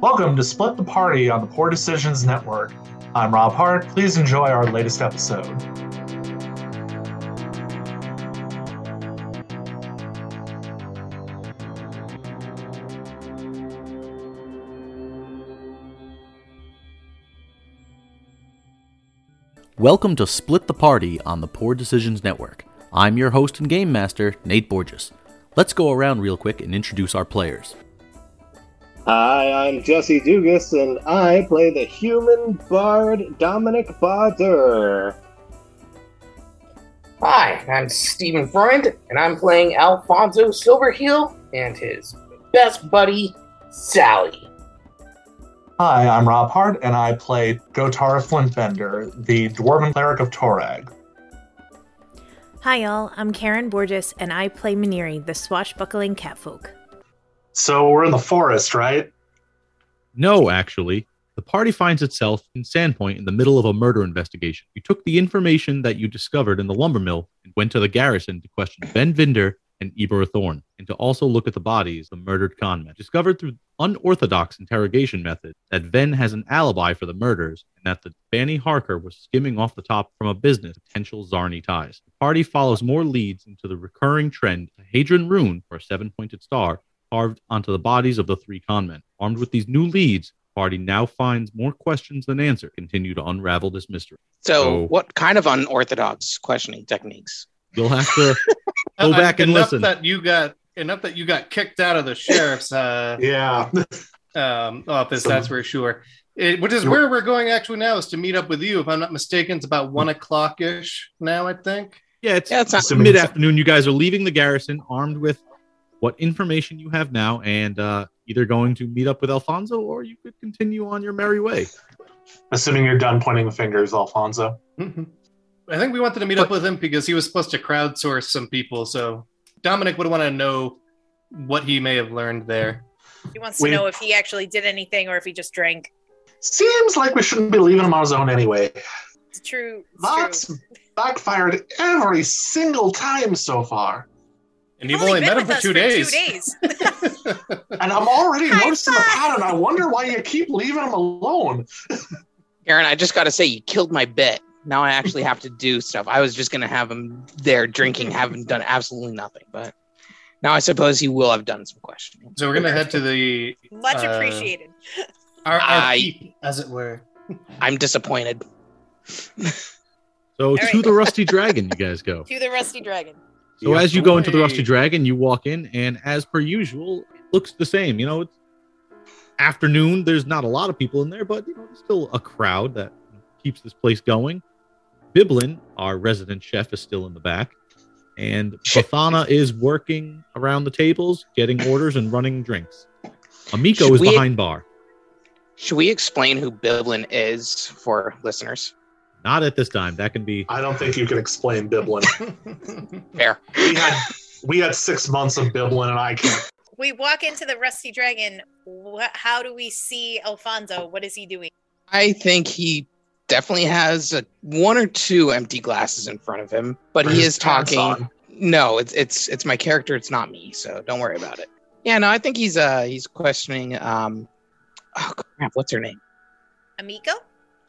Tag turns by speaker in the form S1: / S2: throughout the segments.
S1: Welcome to Split the Party on the Poor Decisions Network. I'm Rob Hart. Please enjoy our latest episode.
S2: Welcome to Split the Party on the Poor Decisions Network. I'm your host and game master, Nate Borges. Let's go around real quick and introduce our players.
S3: Hi, I'm Jesse Dugas, and I play the human bard Dominic Bader.
S4: Hi, I'm Stephen Freund, and I'm playing Alfonso Silverheel and his best buddy, Sally.
S1: Hi, I'm Rob Hart, and I play Gotara Flintbender, the Dwarven Cleric of Torag.
S5: Hi, y'all. I'm Karen Borges, and I play Maniri, the swashbuckling catfolk.
S1: So we're in the forest, right?
S6: No, actually. The party finds itself in Sandpoint in the middle of a murder investigation. You took the information that you discovered in the lumber mill and went to the garrison to question Ben Vinder and Eber Thorne, and to also look at the bodies of the murdered conmen. Discovered through unorthodox interrogation method that Ven has an alibi for the murders and that the Fanny Harker was skimming off the top from a business with potential Zarni ties. The party follows more leads into the recurring trend a Hadron rune for a seven-pointed star carved onto the bodies of the three conmen. Armed with these new leads, the party now finds more questions than answer. Continue to unravel this mystery.
S7: So,
S6: So-
S7: what kind of unorthodox questioning techniques?
S6: You'll have to go
S8: Uh,
S6: back and
S8: enough
S6: listen.
S8: That you got enough that you got kicked out of the sheriff's uh,
S1: Yeah.
S8: um, office.
S1: So-
S8: that's for sure. It, which is where we're going actually now is to meet up with you. If I'm not mistaken, it's about one o'clock ish now. I think.
S6: yeah, it's
S7: Yeah, it's not.
S1: So-
S6: mid afternoon. You guys are leaving the garrison armed with what information you have now, and uh, either going to meet up with Alfonso or you could continue on your merry way.
S1: Assuming you're done pointing the fingers, Alfonso.
S8: Mhm. I think we wanted to meet up with him because he was supposed to crowdsource some people. So Dominic would want to know what he may have learned there.
S5: He wants
S1: We-
S5: to know if he actually did anything or if he just drank.
S1: Seems like we shouldn't be leaving him on his own anyway.
S5: It's true. It's
S1: That's
S5: true.
S1: backfired every single time so far.
S8: And you've only,
S5: been
S8: met him
S5: with
S8: for
S5: us
S8: two days.
S5: Two days.
S1: And I'm already
S5: High
S1: noticing the
S5: five!
S1: pattern. I wonder why you keep leaving him alone.
S7: Aaron, I just got to say, you killed my bet. Now I actually have to do stuff. I was just going to have him there drinking, haven't done absolutely nothing. But now I suppose he will have done some questioning.
S8: So we're gonna head to the
S5: Much
S8: Uh,
S5: appreciated.
S8: our, our
S7: I-
S8: peep, as it were.
S7: I'm disappointed.
S6: So to
S5: right.
S6: the Rusty Dragon, you guys go.
S5: To the rusty dragon.
S6: So as you go into the Rusty
S8: Hey.
S6: Dragon, you walk in, and as per usual, it looks the same. You know, it's afternoon. There's not a lot of people in there, but you know, there's still a crowd that keeps this place going. Biblin, our resident chef, is still in the back, and
S7: Shit.
S6: Bathana is working around the tables, getting orders and running drinks. Amiko
S7: Should
S6: is
S7: we-
S6: behind bar.
S7: Should we explain who Biblin is for listeners?
S6: Not at this time. That can be
S1: I don't think you can explain Biblin.
S7: Fair.
S1: We had we had six months of Biblin, and I can't.
S5: We walk into the rusty dragon. What, how do we see Alfonso? What is he doing?
S7: I think he definitely has a, one or two empty glasses in front of him, but he is talking. No, it's it's it's my character. It's not me. So don't worry about it. Yeah, no, I think he's uh he's questioning um, oh crap, what's her name?
S5: Amico?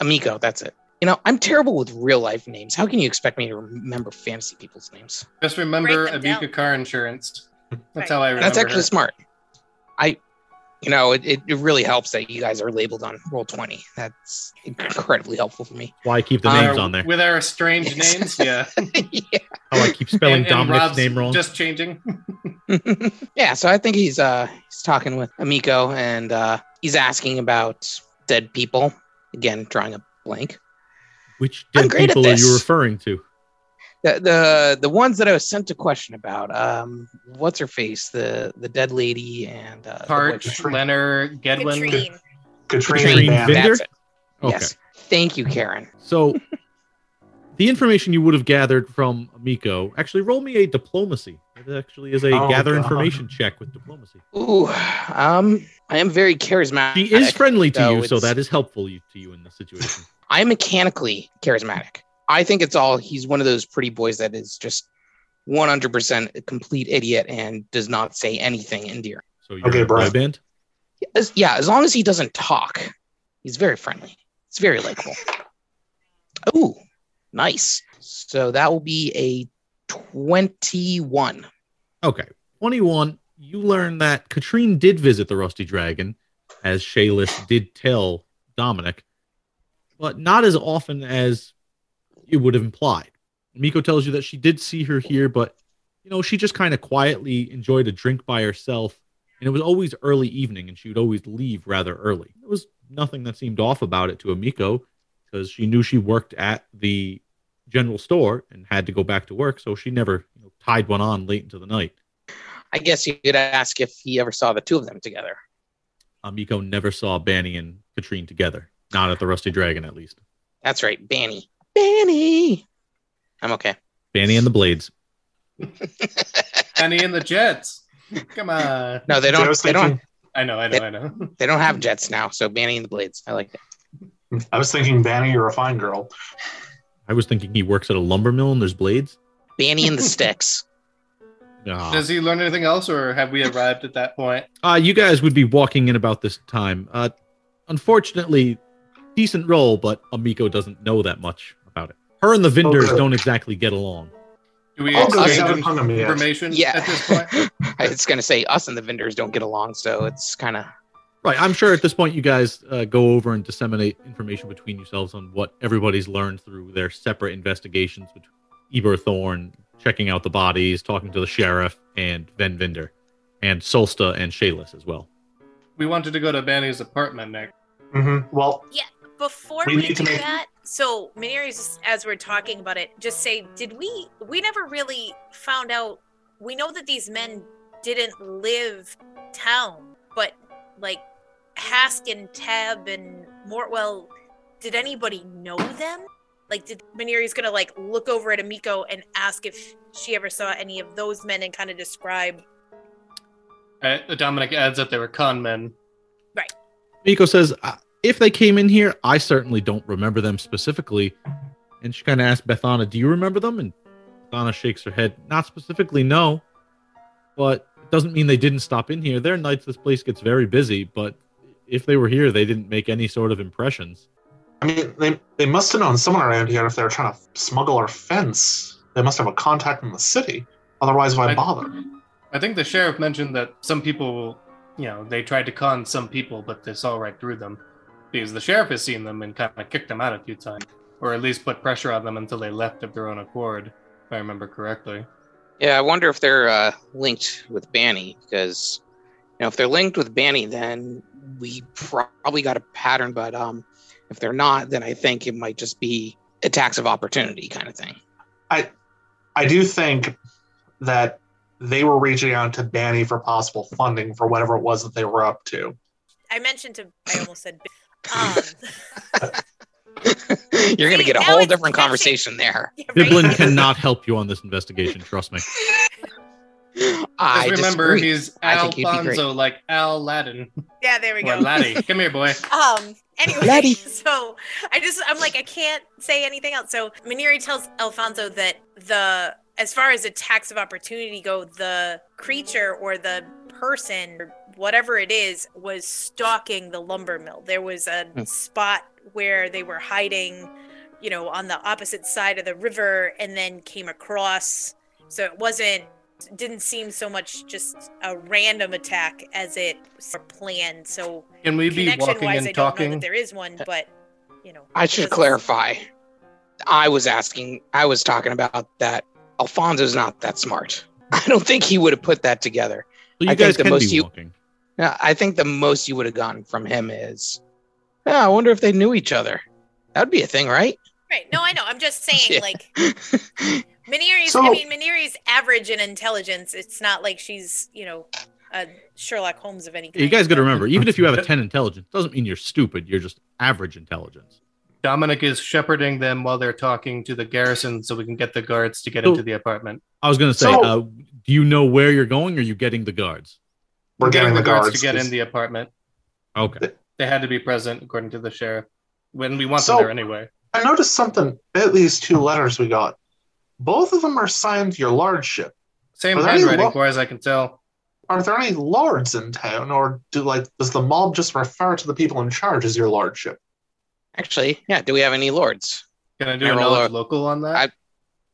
S7: Amico. That's it. You know, I'm terrible with real life names. How can you expect me to remember fantasy people's names?
S8: Just remember
S5: Break them down.
S8: Abika car insurance.
S5: Right.
S8: That's how I remember.
S7: That's actually
S8: her.
S7: smart. I, you know, it, it, it really helps that you guys are labeled on roll twenty. That's incredibly helpful for me.
S6: why I keep the
S7: Uh,
S6: names on there.
S8: With our strange
S7: Yes.
S8: names, yeah.
S7: yeah.
S6: How I keep spelling
S8: And- and
S6: Dominic's
S8: Rob's
S6: name wrong.
S8: Just changing.
S7: yeah, so I think he's uh he's talking with Amico and uh he's asking about dead people. Again, drawing a blank.
S6: Which
S7: I'm
S6: dead
S7: great at
S6: people are you
S7: this.
S6: referring to?
S7: The the the ones that I was sent a question about. Um what's her face? The the dead lady and uh the
S8: Parch,
S7: witch.
S8: Leonard, Gedwin.
S5: Katrine.
S1: Katrine,
S7: Katrine
S1: Van-
S6: Vin-
S7: That's
S6: Binder?
S7: it.
S6: Okay.
S7: Yes. Thank you, Karen.
S6: So, the information you would have gathered from Miko, actually, roll me a diplomacy. It actually is a
S1: Oh,
S6: gather
S1: God.
S6: information check with diplomacy.
S7: Ooh, um I am very charismatic.
S6: She is friendly to
S7: so
S6: you, so
S7: it's-
S6: that is helpful you, to you in this situation.
S7: I'm mechanically charismatic. I think it's all he's one of those pretty boys that is just 100% a complete idiot and does not say anything endearing.
S6: So you're
S1: Okay,
S6: in a boy
S1: Brian.
S6: band.
S7: As, yeah, as long as he doesn't talk, he's very friendly. It's very likable. Oh, nice. So that will be a 21.
S6: Okay. 21. You learn that Katrine did visit the Rusty Dragon, as Shayless did tell Dominic, but not as often as it would have implied. Miko tells you that she did see her here, but, you know, she just kind of quietly enjoyed a drink by herself. And it was always early evening, and she would always leave rather early. There was nothing that seemed off about it to Amiko because she knew she worked at the general store and had to go back to work, so she never you know, tied one on late into the night.
S7: I guess you could ask if he ever saw the two of them together.
S6: Amiko never saw Banny and Katrine together, not at the Rusty Dragon at least.
S7: That's right, Banny. Banny! I'm okay.
S6: Banny and the Blades.
S8: Penny and the Jets. Come on.
S7: No, they don't.
S1: Joe's
S7: They don't.
S1: thinking-
S8: I know, I know, I know.
S7: They don't have jets now. So Banny and the Blades. I like that.
S1: I was thinking, Banny, you're a fine girl.
S6: I was thinking he works at a lumber mill and there's blades.
S7: Banny and the Sticks.
S6: Ah.
S8: Does he learn anything else, or have we arrived at that point?
S6: Uh, you guys would be walking in about this time. Uh, unfortunately, decent roll, but Amiko doesn't know that much about it. Her and the vendors
S1: Okay.
S6: don't exactly get along.
S8: Do we
S7: Also, I
S8: exchange
S1: haven't hung him yet.
S8: information
S7: Yeah.
S8: at this point?
S7: I was gonna say us and the vendors don't get along, so it's kind of
S6: Right. I'm sure at this point you guys uh, go over and disseminate information between yourselves on what everybody's learned through their separate investigations between Eber Thorn, checking out the bodies, talking to the sheriff, and Ven Vinder, and Solsta and Shayless as well.
S8: We wanted to go to Banny's apartment next.
S1: hmm Well,
S5: Before we,
S1: We need
S5: do
S1: to make-
S5: that, so Mineri's, as we're talking about it, just say, did we? We never really found out. We know that these men didn't live town, but like Hask and Tab and Mortwell, did anybody know them? Like, did Mineri's gonna like look over at Amiko and ask if she ever saw any of those men and kind of describe?
S8: Uh, Dominic adds that they were con men.
S6: Miko says, "Uh, if they came in here, I certainly don't remember them specifically. And she kind of asks Bethana, do you remember them? And Bethana shakes her head, not specifically, no. But it doesn't mean they didn't stop in here. There are nights this place gets very busy, but if they were here, they didn't make any sort of impressions.
S1: I mean, they, they must have known someone around here if they were trying to smuggle or fence. They must have a contact in the city. Otherwise, why
S8: I-
S1: bother?
S8: I think the sheriff mentioned that some people, you know, they tried to con some people, but they saw right through them because the sheriff has seen them and kind of kicked them out a few times, or at least put pressure on them until they left of their own accord, if I remember correctly.
S7: yeah. I wonder if they're uh, linked with Banny because you know if they're linked with Banny, then we probably got a pattern. But um, if they're not, then I think it might just be attacks of opportunity kind of thing.
S1: I do think that they were reaching out to Banny for possible funding for whatever it was that they were up to.
S5: I mentioned to. I almost said. Um,
S7: You're gonna
S5: See,
S7: get a
S5: now
S7: whole
S5: it's
S7: different
S5: catchy.
S7: conversation there.
S5: yeah, right?
S6: Biblin cannot help you on this investigation, trust me.
S7: I
S8: Just remember,
S7: disagree.
S8: he's
S7: I think he'd be
S8: Alfonso, like Al Laddin
S5: Yeah, there we
S8: or
S5: go.
S8: Laddie. Come here, boy.
S5: Um. Anyway,
S7: Laddie.
S5: so I just I'm like I can't say anything else. So Maneri tells Alfonso that the as far as attacks of opportunity go, the creature or the person, or whatever it is, was stalking the lumber mill. There was a
S7: Hmm.
S5: spot where they were hiding, you know, on the opposite side of the river, and then came across. So it wasn't didn't seem so much just a random attack as it was planned. So
S8: Can we be
S5: connection
S8: walking
S5: wise, I
S8: and
S5: don't know
S8: talking?
S5: that there is one, but you know.
S7: I should
S5: this is-
S7: clarify. I was asking, I was talking about that Alfonso's not that smart. I don't think he would have put that together.
S6: So you
S7: I think
S6: guys
S7: the
S6: can
S7: most
S6: be
S7: you-
S6: walking.
S7: Now, I think the most you would have gotten from him is, yeah, I wonder if they knew each other. That would be a thing, right?
S5: Right. No, I know. I'm just saying,
S7: Yeah.
S5: like Mineri's. I
S1: So-
S5: mean, Mineri's average in intelligence. It's not like she's, you know, a Sherlock Holmes of any kind.
S6: You guys got to remember, even if you have a 10 intelligence, doesn't mean you're stupid. You're just average intelligence.
S8: Dominic is shepherding them while they're talking to the garrison so we can get the guards to get
S6: So-
S8: into the apartment.
S6: I was going to say,
S1: So-
S6: uh, do you know where you're going? Or are you getting the guards?
S1: We're getting the guards.
S8: to get in the apartment.
S6: Okay.
S8: They had to be present, according to the sheriff. When we want
S1: So-
S8: them there anyway.
S1: I noticed something at these two letters we got. Both of them are signed your lordship.
S8: Same
S1: Are there any
S8: handwriting,
S1: lo-
S8: far as I can tell.
S1: Are there any lords in town, or do like does the mob just refer to the people in charge as your lordship?
S7: Actually, yeah. Do we have any lords?
S8: Can I do
S7: I
S8: a
S7: roll
S8: knowledge
S7: a-
S8: local on that?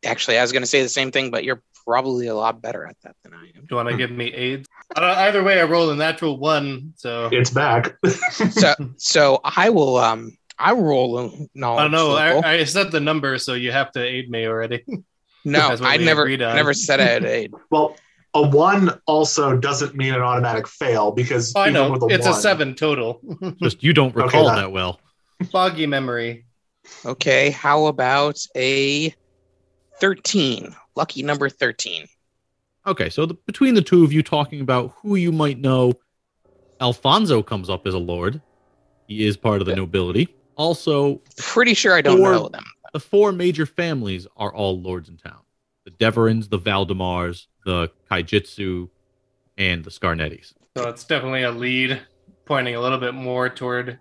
S7: I- Actually, I was going to say the same thing, but you're probably a lot better at that than I am.
S8: do you want to give me aids? I don't- either way, I rolled a natural one, so
S1: It's back.
S7: so, so I will. Um, I will roll a knowledge.
S8: I don't know.
S7: local.
S8: Oh, I, I said the number, so you have to aid me already. Oh,
S7: no,
S8: that's what
S7: I
S8: we
S7: never,
S8: agreed on.
S7: never said I had aid.
S1: well, a one also doesn't mean an automatic fail because
S8: Oh, I
S1: even
S8: know.
S1: with a
S8: It's a
S1: one-
S8: seven total.
S6: Just you don't
S1: Okay,
S6: recall
S1: that-
S6: that well.
S8: Foggy memory.
S7: Okay, how about a thirteen? Lucky number thirteen.
S6: Okay, so the, between the two of you talking about who you might know, Alfonso comes up as a lord. He is part of the nobility. Also,
S7: Pretty sure I don't
S6: Or-
S7: know them.
S6: the four major families are all lords in town the Deverins, the Valdemars, the Kaijitsu, and the Scarnettis.
S8: So it's definitely a lead, pointing a little bit more toward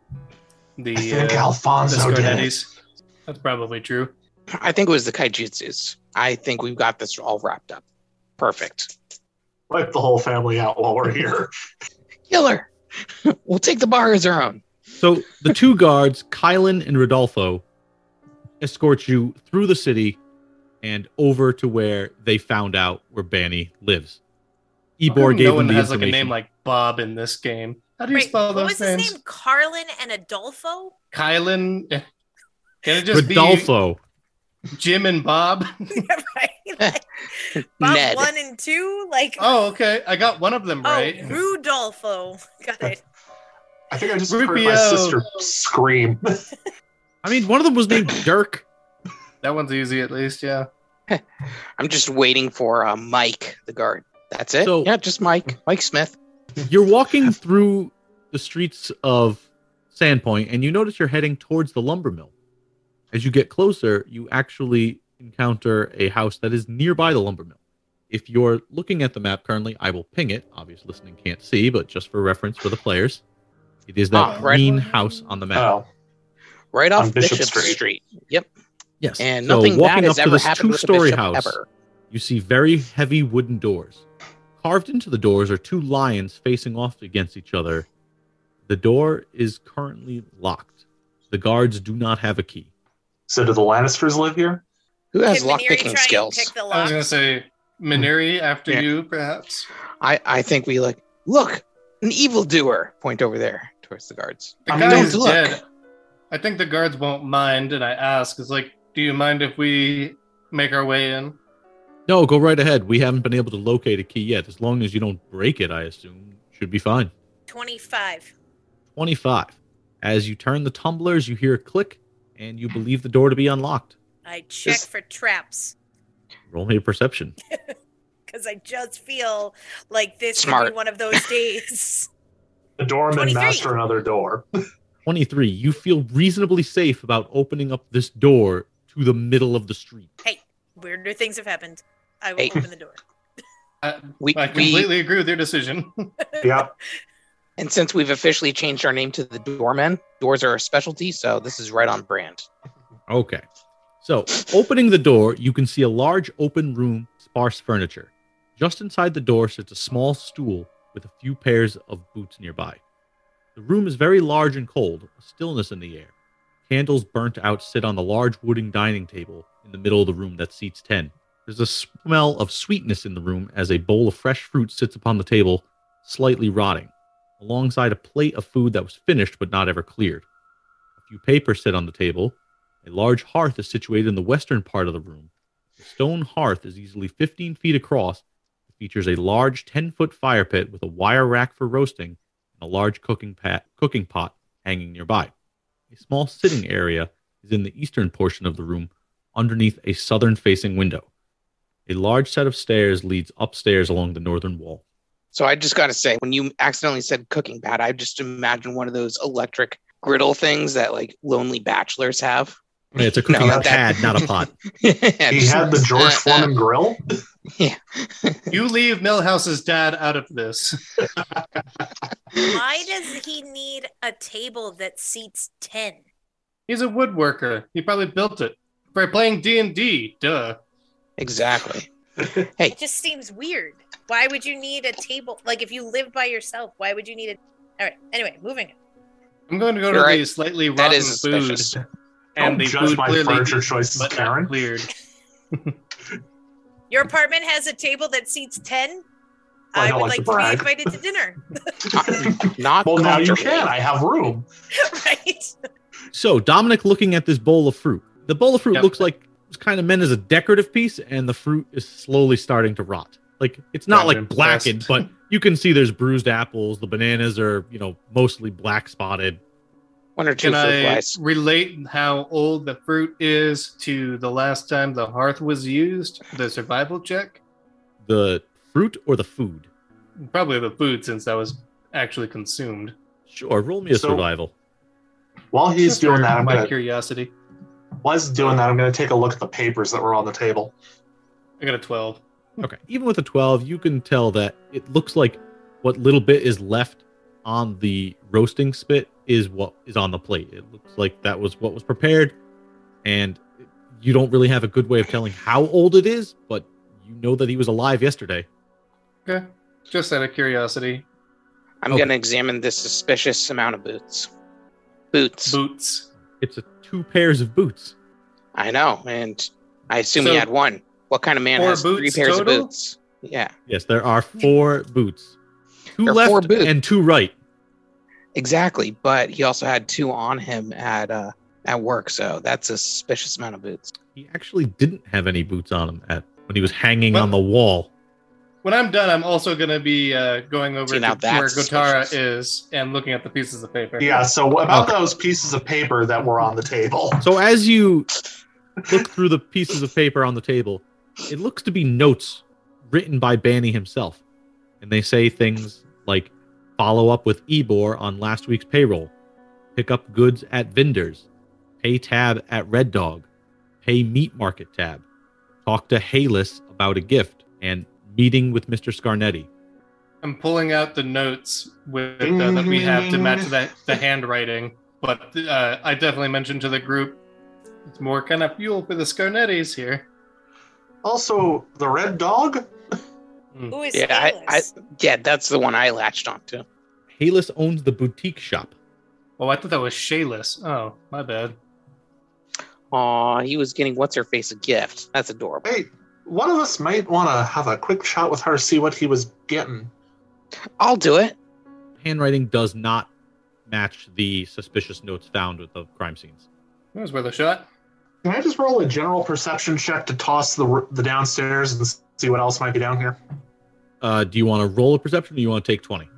S8: the
S1: I think
S8: uh, the
S1: Alfonso did. it.
S8: Scarnettis. That's probably true.
S7: I think it was the kaijutsus. I think we've got this all wrapped up. Perfect.
S1: Wipe the whole family out while we're here.
S7: Killer. we'll take the bar as our own.
S6: So the two guards, Kylan and Rodolfo, escort you through the city and over to where they found out where Banny lives. Ebor gave
S8: no
S6: them
S8: one
S6: the
S8: has like a
S6: information.
S8: name like Bob in this game. How do you
S5: Wait,
S8: spell
S5: what was
S8: those names?
S5: his name? Carlin and Adolfo?
S8: Kylan. Can it just
S6: Rodolfo.
S8: be Jim and Bob?
S5: Right? Like, Bob
S7: Ned.
S5: one and two? Like oh,
S8: Oh, okay. I got one of them
S7: Oh.
S8: right.
S5: Rudolfo. Got it.
S1: I think I just heard my
S8: Rupio.
S1: sister scream.
S6: I mean, one of them was named Dirk.
S8: That one's easy at least. Yeah.
S7: I'm just waiting for uh, Mike, the guard. That's it.
S6: So-
S7: yeah, just Mike. Mike Smith.
S6: You're walking through the streets of Sandpoint, and you notice you're heading towards the lumber mill. As you get closer, you actually encounter a house that is nearby the lumber mill. If you're looking at the map currently, I will ping it. Obviously, listening can't see, but just for reference for the players, it is that
S7: Ah, right.
S6: green house on the map.
S1: Oh,
S7: Right
S1: On
S7: off Bishop,
S1: Bishop
S7: Street.
S1: Street.
S7: Yep.
S6: Yes.
S7: And
S6: so
S7: nothing
S6: walking
S7: bad
S6: up
S7: has
S6: to
S7: ever
S6: this
S7: happened with the
S6: two-story
S7: bishop
S6: house.
S7: ever.
S6: You see very heavy wooden doors. Carved into the doors are two lions facing off against each other. The door is currently locked. The guards do not have a key.
S1: so do the Lannisters live here?
S7: Who has
S5: Did
S7: lock
S5: Maneri try
S7: picking
S5: and
S7: skills?
S5: Pick the
S8: I
S5: lock?
S8: was gonna say Maneri after
S7: Yeah.
S8: you, perhaps.
S7: I, I think we like look an evildoer. Point over there towards the guards.
S8: The
S1: I mean,
S8: guy
S1: don't
S8: is
S7: look.
S8: dead. I think the guards won't mind, and I ask, "Is like, do you mind if we make our way in?"
S6: No, go right ahead. We haven't been able to locate a key yet. As long as you don't break it, I assume, should be fine.
S5: 25.
S6: 25. As you turn the tumblers, you hear a click and you believe the door to be unlocked.
S5: I check
S7: Is-
S5: for traps
S6: Roll me a perception.
S5: because I just feel like this could
S7: Smart.
S5: be one of those days.
S1: The doorman
S5: 23.
S1: master another door.
S6: 23. You feel reasonably safe about opening up this door to the middle of the street.
S5: Weirder things have happened. I will
S7: Hey.
S5: open the door.
S8: I,
S7: We, we
S8: I completely agree with your decision.
S1: yep.
S7: And since we've officially changed our name to the Doormen, doors are a specialty, so this is right on brand.
S6: Okay. So, opening the door, you can see a large open room, sparse furniture. Just inside the door sits a small stool with a few pairs of boots nearby. The room is very large and cold, a stillness in the air. Candles burnt out sit on the large wooden dining table in the middle of the room that seats 10. There's a smell of sweetness in the room as a bowl of fresh fruit sits upon the table, slightly rotting, alongside a plate of food that was finished but not ever cleared. A few papers sit on the table, a large hearth is situated in the western part of the room. The stone hearth is easily 15 feet across. It features a large 10 foot fire pit with a wire rack for roasting and a large cooking, pat- cooking pot hanging nearby. A small sitting area is in the eastern portion of the room underneath a southern facing window. A large set of stairs leads upstairs along the northern wall.
S7: So I just got to say, when you accidentally said cooking pad, I just imagine one of those electric griddle things that like lonely bachelors have.
S6: Hey, It's a cooking
S7: not that.
S6: pad, not a pot.
S7: he
S1: He had the George Foreman grill.
S8: you leave Millhouse's dad out of this.
S5: Why does he need a table that seats 10?
S8: He's a woodworker. He probably built it by playing D and D. Duh.
S7: Exactly.
S5: It just seems weird. Why would you need a table? Like, if you live by yourself, why would you need a. All right. Anyway, moving on.
S8: I'm going to go
S7: You're
S8: to
S7: right.
S8: the slightly
S7: That
S8: rotten
S7: is
S8: food,
S7: suspicious.
S1: Don't
S8: and the
S1: judge
S8: food
S1: my
S8: clearly
S1: furniture
S8: is
S1: choices,
S8: but not
S1: Karen.
S8: cleared.
S5: Your apartment has a table that seats 10.
S1: I
S5: I
S1: don't
S5: would
S1: like
S5: like
S1: to
S5: to be
S1: brag.
S5: invited to dinner.
S7: Not
S1: Well, now you
S7: comfortable.
S1: can. I have room.
S5: right?
S6: So Dominic looking at this bowl of fruit. The bowl of fruit
S8: Yep.
S6: looks like it's kind of meant as a decorative piece, and the fruit is slowly starting to rot. Like it's not
S8: Yeah,
S6: like
S8: I'm
S6: blackened,
S8: impressed.
S6: but you can see there's bruised apples. The bananas are you know mostly black spotted.
S7: One or two
S8: Can
S7: fruit
S8: I
S7: flies.
S8: relate how old the fruit is to the last time the hearth was used? The survival check?
S6: The fruit or the food?
S8: Probably the food since that was actually consumed.
S6: Sure, roll me a
S1: So-
S6: survival.
S1: While he's
S8: Just
S1: doing
S8: for
S1: that, I'm
S8: my
S1: gonna
S8: curiosity.
S1: while he's doing that, I'm gonna take a look at the papers that were on the table.
S8: I got a 12.
S6: Okay, even with a twelve, you can tell that it looks like what little bit is left on the roasting spit is what is on the plate. It looks like that was what was prepared, and you don't really have a good way of telling how old it is, but you know that he was alive yesterday.
S8: Okay. Just out of curiosity.
S7: I'm
S6: Okay.
S7: going to examine this suspicious amount of boots. Boots.
S8: Boots.
S6: It's a two pairs of boots.
S7: I know, and I assume he
S8: So-
S7: had one. What kind of man
S8: Four
S7: has three
S8: boots
S7: pairs
S8: total?
S7: of boots? Yeah,
S6: Yes, there are four boots, two
S7: There are
S6: left
S7: four boots.
S6: and two right.
S7: exactly. But he also had two on him at uh, at work, so that's a suspicious amount of boots.
S6: He actually didn't have any boots on him at when he was hanging
S8: Well-
S6: on the wall.
S8: When I'm done, I'm also going to be uh, going over
S7: See,
S8: to
S7: now
S8: where
S7: that's
S8: Gotara
S7: suspicious.
S8: is and looking at the pieces of paper.
S1: Yeah. So what about
S6: Okay.
S1: those pieces of paper that were on the table?
S6: So as you look through the pieces of paper on the table, it looks to be notes written by Banny himself. And they say things like follow up with Ebor on last week's payroll, pick up goods at vendors, pay tab at Red Dog, pay meat market tab, talk to Halis about a gift, and meeting with Mr. Scarnetti.
S8: I'm pulling out the notes with uh, that we have to match that the handwriting. But uh, I definitely mentioned to the group, it's more kind of fuel for the Scarnettis here.
S1: Also, the red dog.
S5: Who is
S7: Yeah, I, I
S5: Kalis?
S7: yeah, that's the one I latched onto.
S6: Halis owns the boutique shop.
S8: Oh, I thought that was Shayless. Oh, my bad.
S7: Aw, he was getting what's her face a gift. That's adorable.
S1: Hey, one of us might want to have a quick chat with her, see what he was getting.
S7: I'll do it.
S6: Handwriting does not match the suspicious notes found at the crime scenes.
S8: That was worth a shot.
S1: Can I just roll a general perception check to toss the r- the downstairs and s- see what else might be down here?
S6: Uh, do you want to roll a perception or you want to take 20?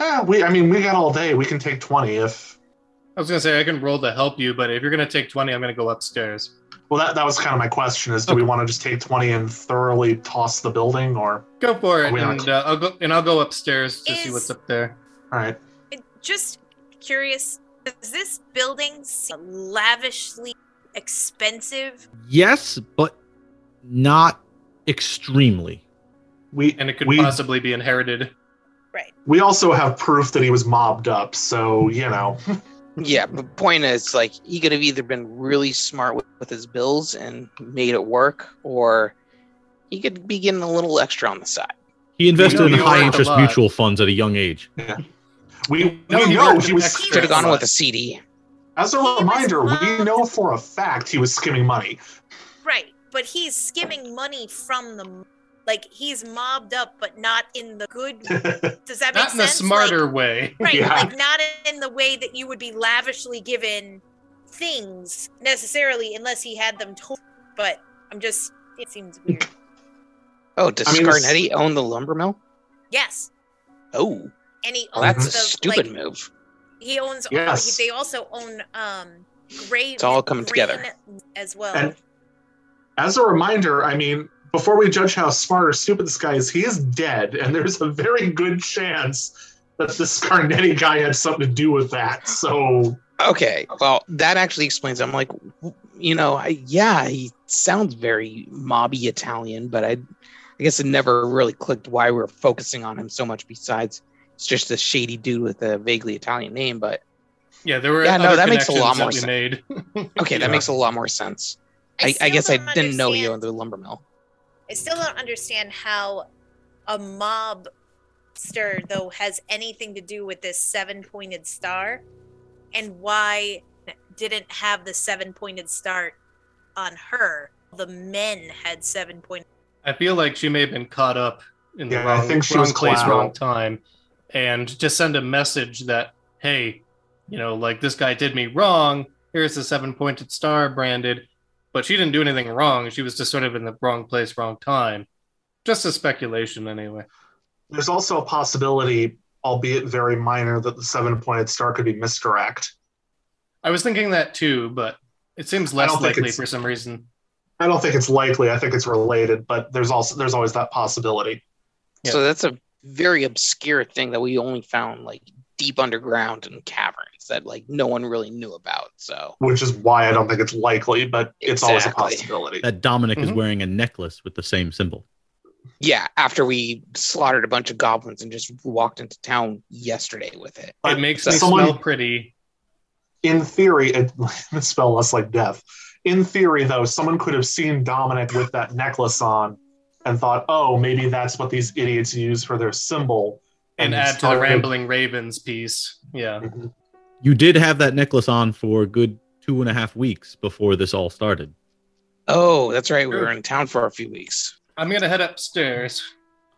S1: Yeah, Eh, we. I mean, we got all day. We can take twenty if.
S8: I was gonna say I can roll to help you, but if you're gonna take twenty, I'm gonna go upstairs.
S1: Well, that, that was kind of my question: is do we want to just take twenty and thoroughly toss the building, or
S8: Go for it,
S1: We
S8: and uh, I'll go and I'll go upstairs to see
S5: Is-
S8: what's up there.
S1: all right?
S5: Just curious, does this building seem lavishly expensive?
S6: Yes, but not extremely.
S1: We
S8: And it could
S1: we,
S8: possibly be inherited.
S1: we also have proof that he was mobbed up, so you know.
S7: Yeah, but point is, like, he could have either been really smart with, with his bills and made it work, or he could be getting a little extra on the side.
S6: He invested
S8: know
S6: in
S8: you
S6: high
S8: learned a
S6: interest
S8: lot.
S6: mutual funds at a young age.
S1: We,
S8: No,
S1: we
S8: he
S1: know
S8: worked
S1: he was.
S8: an extra
S7: Should have gone
S8: Right.
S7: with a CD.
S1: As a
S5: He was
S1: reminder, we
S5: mobbed.
S1: know for a fact he was skimming money.
S5: Right. But he's skimming money from the. Like, he's mobbed up, but not in the good. Does that make
S8: Not in the
S5: sense?
S8: smarter
S5: Like-
S8: way.
S5: right.
S1: Yeah.
S5: Like, not in the way that you would be lavishly given things necessarily, unless he had them told. But I'm just. It seems weird.
S7: Oh, does
S1: I mean, this-
S7: Scarnetti own the lumber mill?
S5: Yes.
S7: Oh,
S5: And he
S7: well,
S5: owns
S7: that's a
S5: the.
S7: stupid
S5: like,
S7: move.
S5: He owns.
S1: Yes.
S5: he, they also own um, gray.
S7: It's all coming together.
S5: green as well.
S1: And- As a reminder, I mean, before we judge how smart or stupid this guy is, he is dead, and there's a very good chance that this Scarnetti guy had something to do with that. So
S7: Okay, well, that actually explains. I'm like, w- you know, I, yeah, he sounds very mobby Italian, but I, I guess it never really clicked why we were focusing on him so much. Besides, it's just a shady dude with a vaguely Italian name, but.
S8: Yeah, there were
S7: Yeah, no,
S8: other
S7: that makes a lot
S8: connections
S7: more
S8: that we
S7: sense.
S8: made.
S7: Okay, that
S1: Yeah.
S7: makes a lot more sense. I, I
S5: still
S7: guess I
S5: don't
S7: didn't know you
S5: understand-
S7: owned the lumber mill.
S5: I still don't understand how a mobster though has anything to do with this seven pointed star and why didn't have the seven pointed star on her. The men had seven pointed.
S8: I feel like she may have been caught up in the
S1: Yeah, I
S8: wrong,
S1: think she
S8: wrong
S1: was
S8: place,
S1: clout.
S8: wrong time, and just send a message that, hey, you know, like this guy did me wrong. Here's the seven pointed star branded, but she didn't do anything wrong. She was just sort of in the wrong place, wrong time. Just a speculation, anyway.
S1: There's also a possibility, albeit very minor, that the seven pointed star could be misdirect.
S8: I was thinking that too, but it seems
S1: I
S8: less
S1: don't think
S8: likely
S1: it's-
S8: for some reason.
S1: I don't think it's likely. I think it's related, but there's also there's always that possibility.
S8: Yeah.
S7: So that's a very obscure thing that we only found like deep underground in caverns that like no one really knew about. So
S1: which is why I don't think it's likely, but it's always a
S7: Exactly.
S1: possibility.
S6: That Dominic is
S8: Mhm.
S6: wearing a necklace with the same symbol.
S7: yeah, after we slaughtered a bunch of goblins and just walked into town yesterday with it.
S1: But
S8: it makes
S1: so
S8: me
S1: someone-
S8: smell pretty.
S1: In theory, it would spell less like death. In theory, though, someone could have seen Dominic with that necklace on and thought, oh, maybe that's what these idiots use for their symbol.
S8: And add to the
S1: started-
S8: rambling ravens piece. Yeah.
S1: Mhm.
S6: You did have that necklace on for a good two and a half weeks before this all started.
S7: Oh, that's right. We
S8: Sure.
S7: were in town for a few weeks.
S8: I'm gonna head upstairs.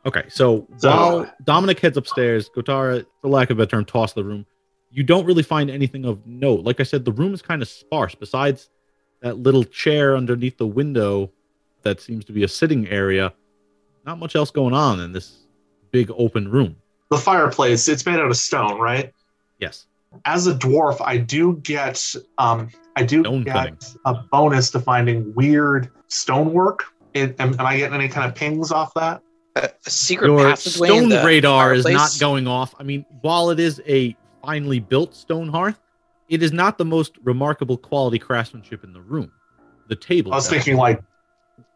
S6: Okay, so,
S1: So-
S6: while Dominic heads upstairs, Gotara, for lack of a better term, toss the room. You don't really find anything of note. Like I said, the room is kind of sparse. Besides that little chair underneath the window, that seems to be a sitting area. Not much else going on in this big open room.
S1: The fireplace, it's made out of stone, right?
S6: Yes,
S1: As a dwarf, I do get um, I do
S6: Stone
S1: get
S6: cutting.
S1: a bonus to finding weird stonework. It, am, am I getting any kind of pings off that?
S7: A, a secret
S6: your
S7: passageway. in
S6: stone
S7: the
S6: radar is not
S7: fireplace.
S6: going off. I mean, while it is a finely built stone hearth, it is not the most remarkable quality craftsmanship in the room. The table.
S1: I was thinking like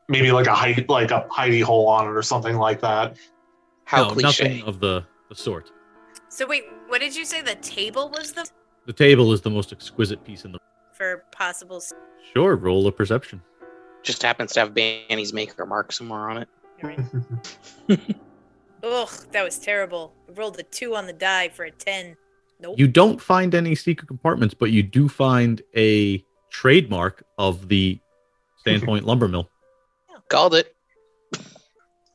S1: maybe like a hide, like a hidey hole on it or something like that.
S7: How
S6: no,
S7: cliche.
S6: nothing of the, the sort.
S5: So wait, what did you say? The table was the
S6: The table is the most exquisite piece in the.
S5: for possible. s-
S6: Sure, roll a perception.
S7: Just happens to have Banny's maker mark somewhere on it.
S5: Ugh, that was terrible. I rolled a two on the die for a ten. Nope.
S6: You don't find any secret compartments, but you do find a trademark of the Standpoint Lumber Mill.
S7: Called it.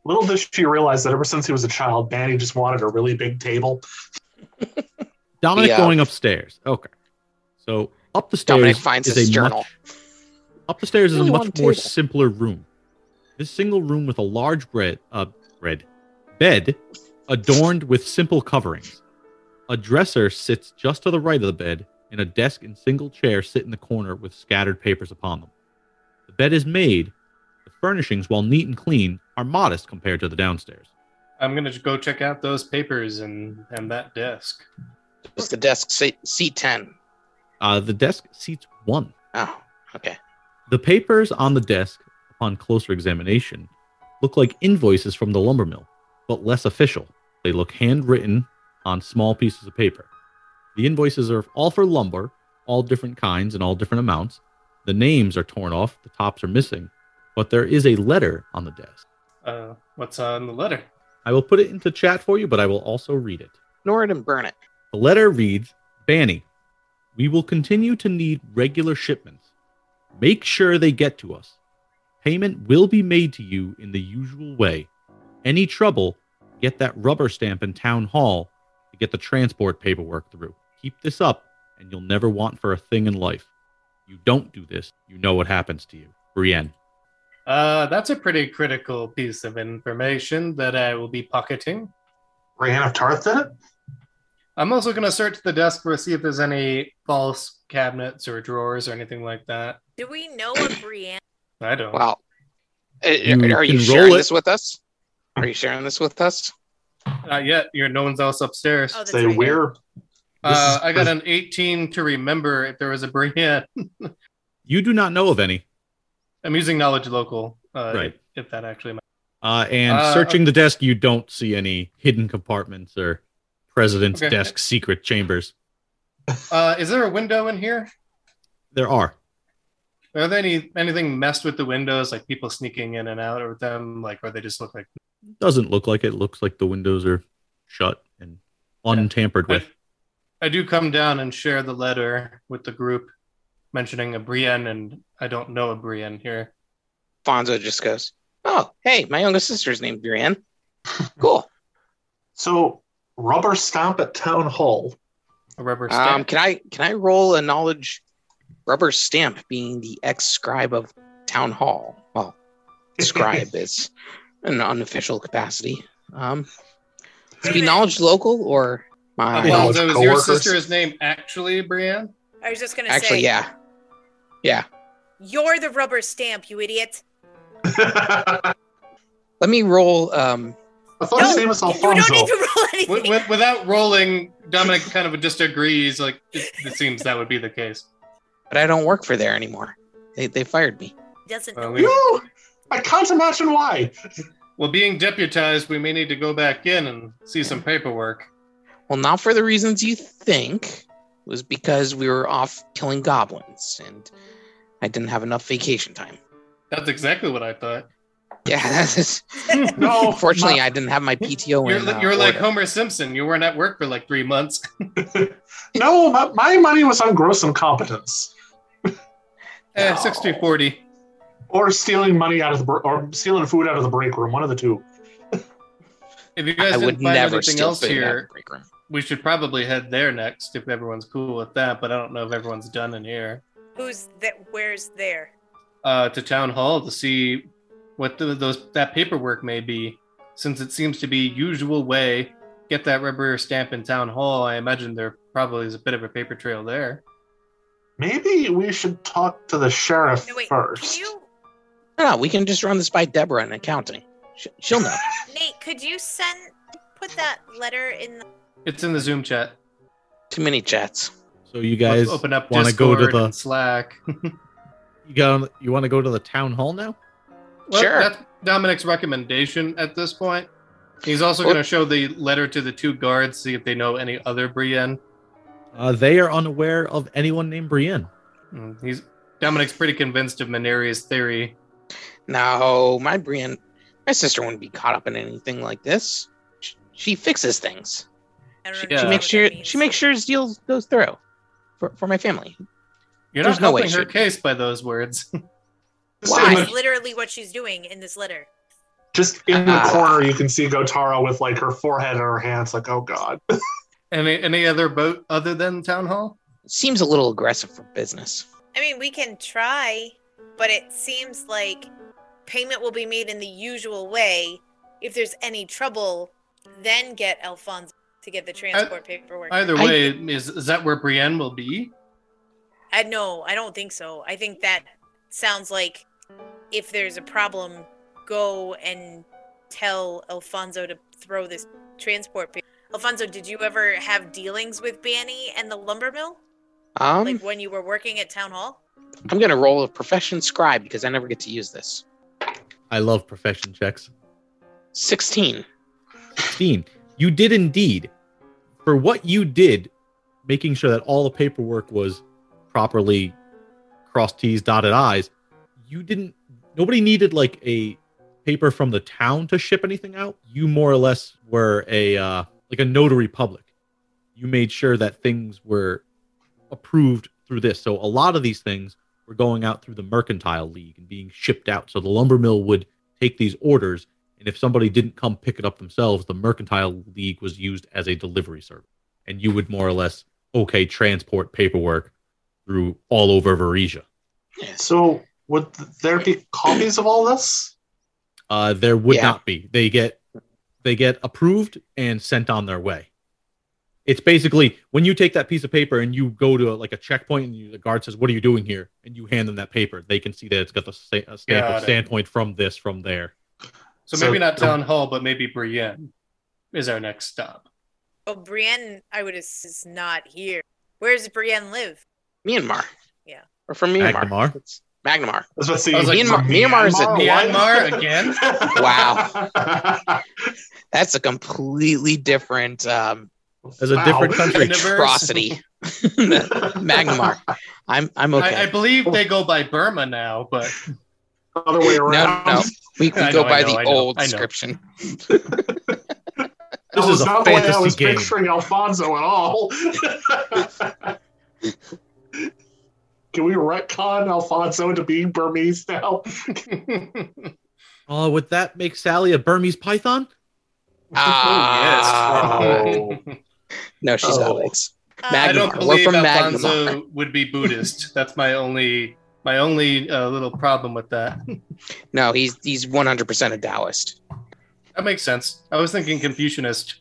S1: Little did she realize that ever since he was a child, Banny just wanted a really big table.
S6: Dominic
S7: Yeah.
S6: going upstairs. Okay, so up the stairs
S7: Dominic finds
S6: is
S7: his
S6: a
S7: journal.
S6: much. Up the stairs is a
S7: Really want
S6: much
S7: a
S6: more
S7: table.
S6: simpler room. This single room with a large bread, uh, bread, bed adorned with simple coverings. A dresser sits just to the right of the bed, and a desk and single chair sit in the corner with scattered papers upon them. The bed is made. The furnishings, while neat and clean, are modest compared to the downstairs.
S8: I'm gonna go check out those papers and and that desk.
S7: It's the desk C- C10.
S6: Uh, the desk seats one.
S7: Oh, okay.
S6: The papers on the desk, upon closer examination, look like invoices from the lumber mill, but less official. They look handwritten on small pieces of paper. The invoices are all for lumber, all different kinds and all different amounts. The names are torn off, the tops are missing, but there is a letter on the desk.
S8: Uh, what's on the letter?
S6: I will put it into chat for you, but I will also read it.
S7: Nor it and burn it.
S6: The letter reads Banny, we will continue to need regular shipments. Make sure they get to us. Payment will be made to you in the usual way. Any trouble, get that rubber stamp in town hall to get the transport paperwork through. Keep this up, and you'll never want for a thing in life. You don't do this, you know what happens to you. Brienne.
S8: Uh, that's a pretty critical piece of information that I will be pocketing.
S1: Brienne of Tarth did it?
S8: I'm also gonna search the desk for see if there's any false cabinets or drawers or anything like that.
S5: Do we know a Brienne?
S8: I don't.
S7: Wow. Uh,
S6: You
S7: are you
S6: can
S7: sharing
S6: roll it.
S7: this with us? Are you sharing this with us?
S8: Not yet. You're no one's else upstairs.
S5: Oh, that's
S1: Say
S5: right.
S1: we're
S8: uh, I got an 18 to remember if there was a Brienne.
S6: You do not know of any.
S8: I'm using knowledge local. Uh,
S6: Right.
S8: If, if that actually matters.
S6: Uh, and
S8: Uh,
S6: searching the desk, you don't see any hidden compartments or president's
S8: Okay.
S6: desk secret chambers.
S8: Uh, is there a window in here?
S6: There are.
S8: Are there any anything messed with the windows, like people sneaking in and out of them? Like, or they just look like
S6: Doesn't look like it. Looks like the windows are shut and untampered with.
S8: I do come down and share the letter with the group, mentioning a Brienne, and I don't know a Brienne here.
S7: Fonzo just goes, "Oh, hey, my younger sister's named Brienne. Cool.
S1: So rubber stamp at town hall.
S8: A rubber stamp.
S7: Um, can I can I roll a knowledge rubber stamp being the ex scribe of town hall? Well, scribe is an unofficial capacity. Um, to be knowledge local or my
S1: Well,
S8: Alfonso,
S1: with
S8: is your
S1: coworkers.
S8: sister's name actually Brienne?
S5: I was just gonna
S7: actually
S5: say,
S7: yeah yeah.
S5: you're the rubber stamp, you idiot.
S1: I
S7: Let me roll. Um,
S1: thought his name was
S7: Oh,
S5: you don't
S1: Alfonso.
S5: need to roll anything.
S8: With, with, without rolling, Dominic kind of just agrees. Like it, it seems that would be the case.
S7: but I don't work for there anymore. They they fired me.
S5: Doesn't
S8: Well,
S5: know.
S8: we-
S1: You? I can't imagine why.
S8: Well, being deputized, we may need to go back in and see some paperwork.
S7: Well, not for the reasons you think. It was because we were off killing goblins and I didn't have enough vacation time.
S8: That's exactly what I thought.
S7: Yeah, that's just,
S1: No,
S7: fortunately I didn't have my PTO.
S8: Oh, You're,
S7: in,
S8: li-
S7: uh,
S8: you're like
S7: order.
S8: Homer Simpson. You weren't at work for like three months.
S1: no, my, my money was on gross incompetence
S8: eh,
S7: No.
S8: 60 40.
S1: or stealing money out of the br- or stealing food out of the break room. One of the two.
S8: If you guys
S7: I would
S8: didn't find
S7: never
S8: anything
S7: steal
S8: else
S7: food out of the
S8: here,
S7: break room.
S8: we should probably head there next if everyone's cool with that. But I don't know if everyone's done in here.
S5: Who's that? Where's there?
S8: uh, to town hall to see what the, those that paperwork may be, since it seems to be usual way get that rubber stamp in town hall. I imagine there probably is a bit of a paper trail there.
S1: Maybe we should talk to the sheriff
S5: No, wait.
S1: first.
S5: Can you,
S7: No, no, we can just run this by Deborah in accounting. She, she'll know.
S5: Nate? Could you send put that letter in? The,
S8: It's in the Zoom chat.
S7: Too many chats.
S6: So you guys
S8: Let's open up
S6: want to go to
S8: Discord
S6: the
S8: and Slack.
S6: you got you want to go to the town hall now?
S8: Well,
S7: Sure.
S8: That's Dominic's recommendation at this point. He's also
S7: Well-
S8: going to show the letter to the two guards, see if they know any other Brienne.
S6: Uh, they are unaware of anyone named Brienne.
S8: Mm, He's Dominic's pretty convinced of Maneri's theory.
S7: No, my Brian, my sister wouldn't be caught up in anything like this. She, she fixes things.
S5: I don't
S7: She,
S5: know
S8: Yeah.
S7: she
S5: what
S7: makes
S5: that
S7: sure
S5: means.
S7: she makes sure his deal goes through for, for my family.
S8: You're
S7: There's
S8: not
S7: no way
S8: helping her
S7: she-
S8: case by those words.
S1: Just
S7: Why?
S1: in
S5: That's
S1: the-
S5: literally what she's doing in this letter.
S1: Just in the
S7: Ah.
S1: corner, you can see Gotara with like her forehead in her hands, like, oh god.
S8: any any other boat other than town hall?
S7: Seems a little aggressive for business.
S5: I mean, we can try, but it seems like payment will be made in the usual way. If there's any trouble, then get Alphonse to get the transport paperwork. I,
S8: Either
S7: I-
S8: way, is, is that where Brienne will be?
S5: no, I don't think so. I think that sounds like if there's a problem, go and tell Alfonso to throw this transport paper. Alfonso, did you ever have dealings with Banny and the lumber mill?
S7: Um,
S5: Like when you were working at town hall?
S7: I'm gonna roll a profession scribe because I never get to use this.
S6: I love perfection checks.
S7: Sixteen.
S6: Dean, you did indeed, for what you did, making sure that all the paperwork was properly crossed T's, dotted I's, you didn't, nobody needed like a paper from the town to ship anything out. You more or less were a, uh, like a notary public. You made sure that things were approved through this. So a lot of these things were going out through the Mercantile League and being shipped out. So the lumber mill would take these orders and if somebody didn't come pick it up themselves, the Mercantile League was used as a delivery service. And you would more or less, okay, transport paperwork through all over Varesia.
S1: So would there be copies of all this?
S6: Uh, there would
S7: Yeah.
S6: not be. They get they get approved and sent on their way. It's basically when you take that piece of paper and you go to like a checkpoint and you, the guard says, "What are you doing here?" and you hand them that paper, they can see that it's got the sta- a stamp
S8: Got
S6: of
S8: it.
S6: standpoint from this, from there.
S8: So,
S1: So-
S8: maybe not town hall, but maybe Brienne is our next stop.
S5: Oh, Brienne, I would ass- is not here. Where does Brienne live?
S7: Myanmar.
S5: Yeah.
S7: We're from Myanmar.
S6: Magnemar?
S7: It's Magnemar.
S1: I was
S8: I was like,
S7: Myanmar- Myanmar is a-
S1: Why?
S8: Myanmar again?
S1: wow.
S7: That's a completely different um,
S6: As a different country.
S8: Universe.
S7: atrocity. Magnemar. I'm I'm okay. Oh.
S8: I, I believe they go by Burma now, but
S1: other way around.
S7: no. We, we
S8: I
S7: go
S8: know,
S7: by
S8: I know,
S7: the
S8: I know,
S7: old
S8: I know.
S7: description.
S1: That
S6: This
S1: was
S6: is a
S1: not the way I
S6: fantasy
S1: was
S6: game.
S1: picturing Alfonso at all. Can we retcon Alfonso into being Burmese now?
S6: Oh, would that make Sally a Burmese python?
S8: Oh,
S7: Ah.
S1: Oh.
S7: No, she's
S1: Oh.
S7: Alex.
S5: Uh,
S8: I
S7: Magnum.
S8: don't
S7: We're
S8: believe
S7: from Magnum.
S8: Alfonso would be Buddhist. That's my only my only uh, little problem with that.
S7: No, he's he's 100% a Taoist.
S8: That makes sense. I was thinking Confucianist,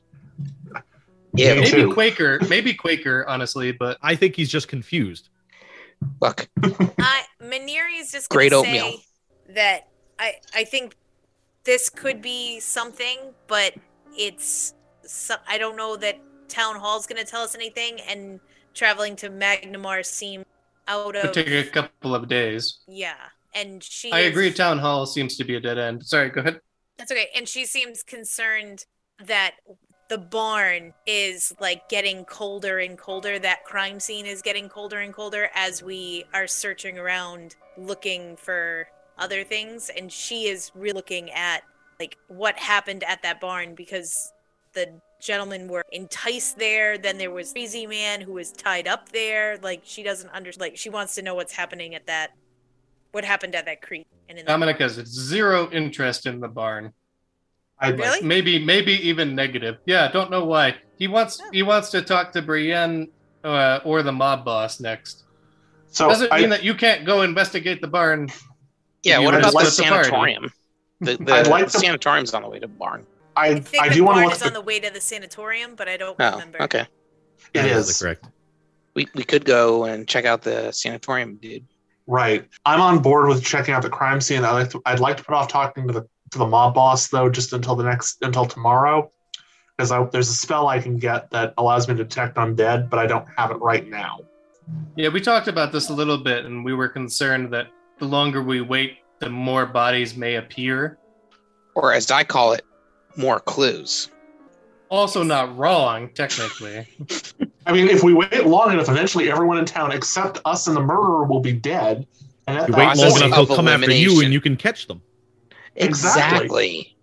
S7: Yeah.
S1: Me
S8: maybe
S1: too.
S8: Quaker, maybe Quaker, honestly. But
S6: I think he's just confused.
S7: Look,
S5: I Maneri is just
S7: Great
S5: great
S7: oatmeal.
S5: say that I I think this could be something, but it's so, I don't know that town hall's going to tell us anything, and traveling to Magnamar seemed out
S8: it would
S5: of
S8: take a couple of days.
S5: yeah. And she
S8: I
S5: is-
S8: agree. Town hall seems to be a dead end. Sorry, go ahead.
S5: That's okay. And she seems concerned that the barn is like getting colder and colder. That crime scene is getting colder and colder as we are searching around looking for other things. And she is re looking at like what happened at that barn because the gentlemen were enticed there. Then there was crazy man who was tied up there. Like she doesn't under like she wants to know what's happening at that what happened at that creek and in that
S8: Dominic has zero interest in the barn.
S1: I,
S5: Really?
S8: Maybe, maybe even negative. Yeah, don't know why. He wants
S5: Oh.
S8: he wants to talk to Brienne uh, or the mob boss next.
S1: So
S8: Doesn't
S1: I,
S8: mean that you can't go investigate the barn.
S7: yeah,
S8: You
S7: what
S8: would
S7: about the
S1: like
S8: the party.
S7: sanatorium? The, the
S1: I'd like to-
S7: sanatorium's on the way to the barn.
S5: I
S1: I,
S5: think
S1: I
S5: the
S1: do want to
S5: barn
S1: look.
S5: is on
S1: The,
S5: the way to the sanatorium, but I don't
S7: Oh,
S5: remember.
S7: okay.
S1: it
S6: That
S1: is
S6: correct.
S7: We, we could go and check out the sanatorium, dude.
S1: right. I'm on board with checking out the crime scene. I like to, I'd like to put off talking to the to the mob boss though, just until the next until tomorrow, because there's a spell I can get that allows me to detect undead, but I don't have it right now.
S8: Yeah, we talked about this a little bit, and we were concerned that the longer we wait, the more bodies may appear.
S7: Or as I call it, more clues.
S8: Also, not wrong technically.
S1: I mean, if we wait long enough, eventually everyone in town except us and the murderer will be dead. And at
S6: You
S1: that
S6: wait long
S1: point-
S7: Process
S6: enough, they'll
S7: of
S6: come after you,
S7: elimination.
S6: and you can catch them.
S1: Exactly.
S7: Exactly.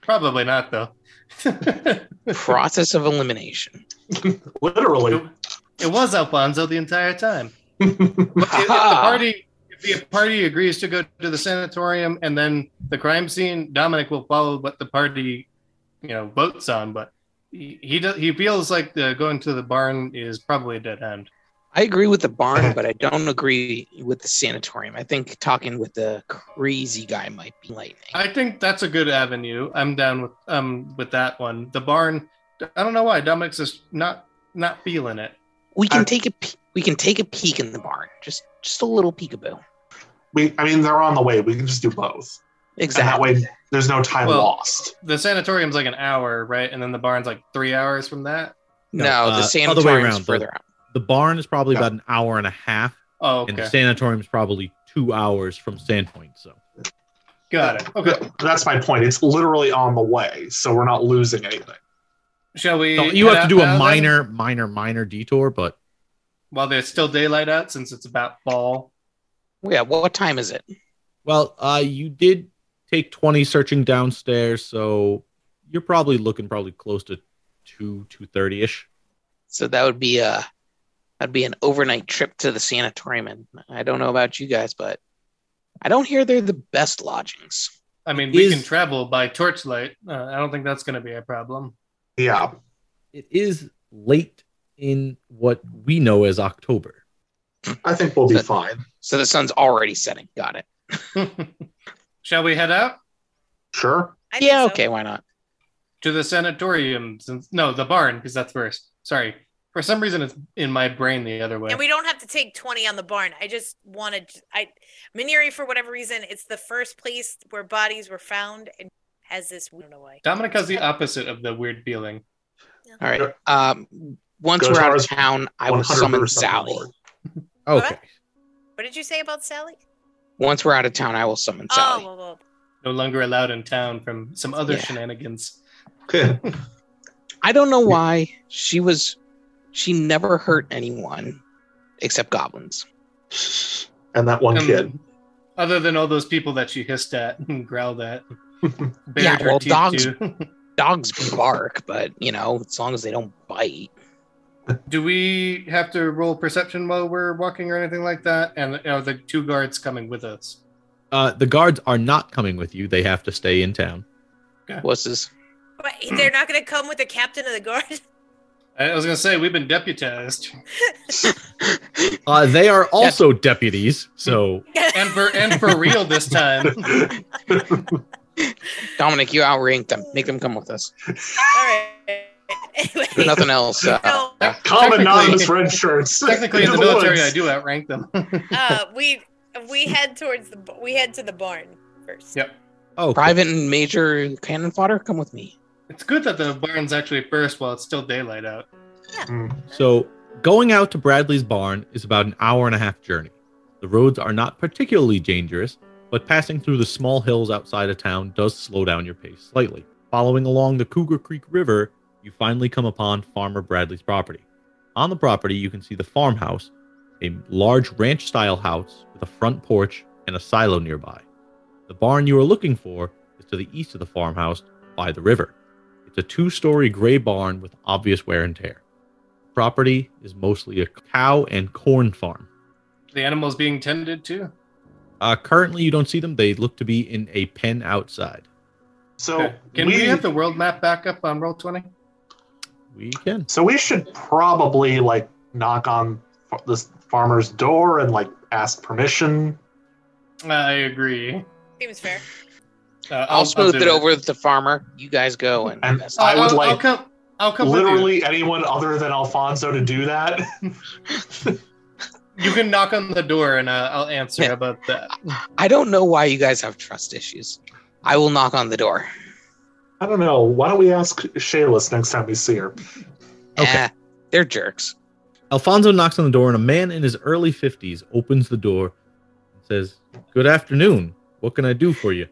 S8: Probably not though.
S7: Process of elimination.
S1: literally.
S8: it was Alfonso the entire time. But if, if the
S7: Aha.
S8: party if the party agrees to go to the sanatorium and then the crime scene, Dominic will follow what the party, you know, votes on. But he he, does, he feels like the, going to the barn is probably a dead end.
S7: I agree with the barn, but I don't agree with the sanatorium. I think talking with the crazy guy might be lightning.
S8: I think that's a good avenue. I'm down with um with that one. The barn. I don't know why Dominic's just not not feeling it.
S7: we can
S1: I-
S7: take a pe- we can take a peek in the barn, just just a little peekaboo.
S1: We, I mean, they're on the way. We can just do both. And that
S7: Exactly.
S1: way, there's no time
S8: Well-
S1: lost.
S8: The sanatorium's like an hour, right? And then the barn's like three hours from that.
S7: No,
S6: No, uh,
S7: the
S6: other way
S7: sanatorium's
S6: around,
S7: further out.
S6: The barn is probably
S1: Yeah.
S6: about an hour and a half,
S8: Oh,
S6: and the
S8: okay,
S6: sanatorium is probably two hours from Sandpoint. So
S8: got it. Okay,
S1: That's my point. It's literally on the way, so we're not losing anything.
S8: shall we?
S6: No, you
S8: head
S6: have to
S8: out
S6: do
S8: now
S6: a
S8: then?
S6: minor, minor, minor detour, but
S8: while there's still daylight out, since it's about fall.
S7: Yeah, what, what time is it?
S6: well, uh, you did take twenty searching downstairs, so you're probably looking probably close to two two thirty ish.
S7: So that would be a that'd be an overnight trip to the sanatorium. And I don't know about you guys, but I don't hear they're the best lodgings.
S8: I mean, we
S6: Is-
S8: can travel by torchlight. Uh, I don't think that's going to be a problem.
S1: Yeah.
S6: It is late in what we know as October.
S1: I think we'll be
S7: But-
S1: fine.
S7: So the sun's already setting. Got it.
S8: Shall we head out
S1: Sure.
S5: I think
S7: yeah,
S5: so.
S7: okay, why not?
S8: to the sanatorium? Since no, the barn because that's first. Sorry, for some reason it's in my brain the other way.
S5: And we don't have to take 20 on the barn. I just wanted I Maneri for whatever reason, it's the first place where bodies were found and has this weird away.
S8: Dominic has the opposite of the weird feeling.
S7: All right. Um, once
S1: Goes
S7: we're out
S1: ours
S7: of town, I will summon
S1: 100%
S7: Sally.
S1: board.
S6: Okay.
S5: What? What did you say about Sally?
S7: Once we're out of town, I will summon Sally.
S5: Oh, well, well,
S8: No longer allowed in town from some other
S7: Yeah.
S8: shenanigans.
S7: I don't know why she was. She never hurt anyone except goblins.
S1: and that one
S8: Um,
S1: kid.
S8: Other than all those people that she hissed at and growled at, buried
S7: Yeah,
S8: her
S7: well,
S8: teeth
S7: dogs-
S8: too.
S7: Dogs bark, but you know, as long as they don't bite.
S8: Do we have to roll perception while we're walking or anything like that? And are the two guards coming with us?
S6: Uh, the guards are not coming with you. They have to stay in town.
S7: Wusses.
S5: But they're not going to come with the captain of the guard.
S8: I was gonna say we've been deputized
S6: Uh, they are also deputies, so
S8: and for and for real this time.
S7: Dominic, you outrank them. Make them come with us.
S5: All right. Anyway,
S7: Nothing else. Uh,
S5: so,
S1: Common
S8: Technically-
S1: anonymous red shirts.
S8: Technically, in
S1: Into
S8: the military,
S1: woods.
S8: I do outrank them.
S5: uh, we we head towards the b- we head to the barn first.
S8: Yep.
S6: oh,
S7: private and major cannon fodder, come with me.
S8: It's good that the barn's actually burst while it's still daylight out.
S1: Hmm.
S6: So going out to Bradley's barn is about an hour and a half journey. The roads are not particularly dangerous, but passing through the small hills outside of town does slow down your pace slightly. Following along the Cougar Creek River, you finally come upon Farmer Bradley's property. On the property, you can see the farmhouse, a large ranch style house with a front porch and a silo nearby. The barn you are looking for is to the east of the farmhouse by the river. It's a two story gray barn with obvious wear and tear property is mostly a cow and corn farm.
S8: The animals being tended to.
S6: Uh, currently, you don't see them. They look to be in a pen outside.
S1: So
S8: Okay. Can we, have the world map back up on roll twenty?
S6: We can.
S1: So we should probably like knock on fa- this farmer's door and like ask permission.
S8: I agree.
S5: Seems fair.
S8: Uh,
S7: I'll, smooth
S8: do
S7: it over with the farmer. You guys go and
S1: And
S7: invest.
S1: I would
S8: I'll-
S1: like
S8: I'll come. I'll come. with you.
S1: Literally anyone other than Alfonso to do that.
S8: you. can knock on the door and uh, I'll answer about that.
S7: I don't know why you guys have trust issues. I will knock on the door.
S1: I don't know. Why don't we ask Shayla's next time we see her?
S6: Okay.
S7: Eh, they're jerks.
S6: Alfonso knocks on the door, and a man in his early 50s opens the door and says, Good afternoon. What can I do for you?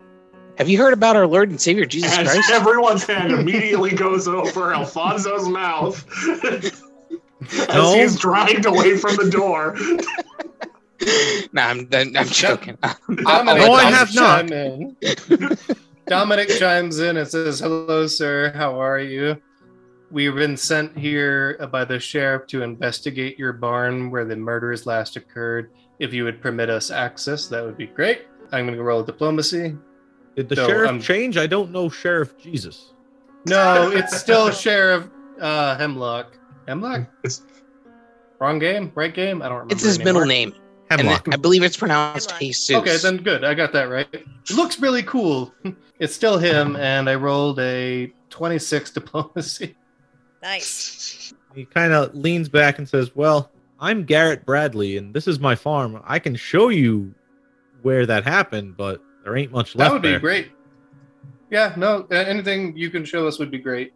S7: Have you heard about our Lord and Savior Jesus
S1: and
S7: Christ?
S1: everyone's hand immediately goes over Alfonso's mouth as
S6: No.
S1: he's dragged away from the door.
S7: no, I'm, I'm I'm joking.
S8: Dominic,
S6: No, I have not.
S8: chime in. Dominic chimes in and says, "Hello, sir. How are you? We've been sent here by the sheriff to investigate your barn where the murders last occurred. If you would permit us access, that would be great." I'm going to roll diplomacy.
S6: Did the
S8: No, um,
S6: sheriff
S8: I'm-
S6: change? I don't know Sheriff Jesus.
S8: No, it's still Sheriff uh, Hemlock. Hemlock?
S1: It's-
S8: Wrong game? Right game? I don't remember.
S7: It's his
S8: anymore.
S7: middle name, and
S6: Hemlock.
S7: I believe it's pronounced
S5: Hemlock.
S7: Jesus.
S8: Okay, then good. I got that right. It looks really cool. It's still him, and I rolled a 26 diplomacy.
S5: Nice.
S6: He kind of leans back and says, Well, I'm Garrett Bradley, and this is my farm. I can show you where that happened, but there ain't much left
S8: that would
S6: there.
S8: be great. Yeah, no, a- anything you can show us would be great.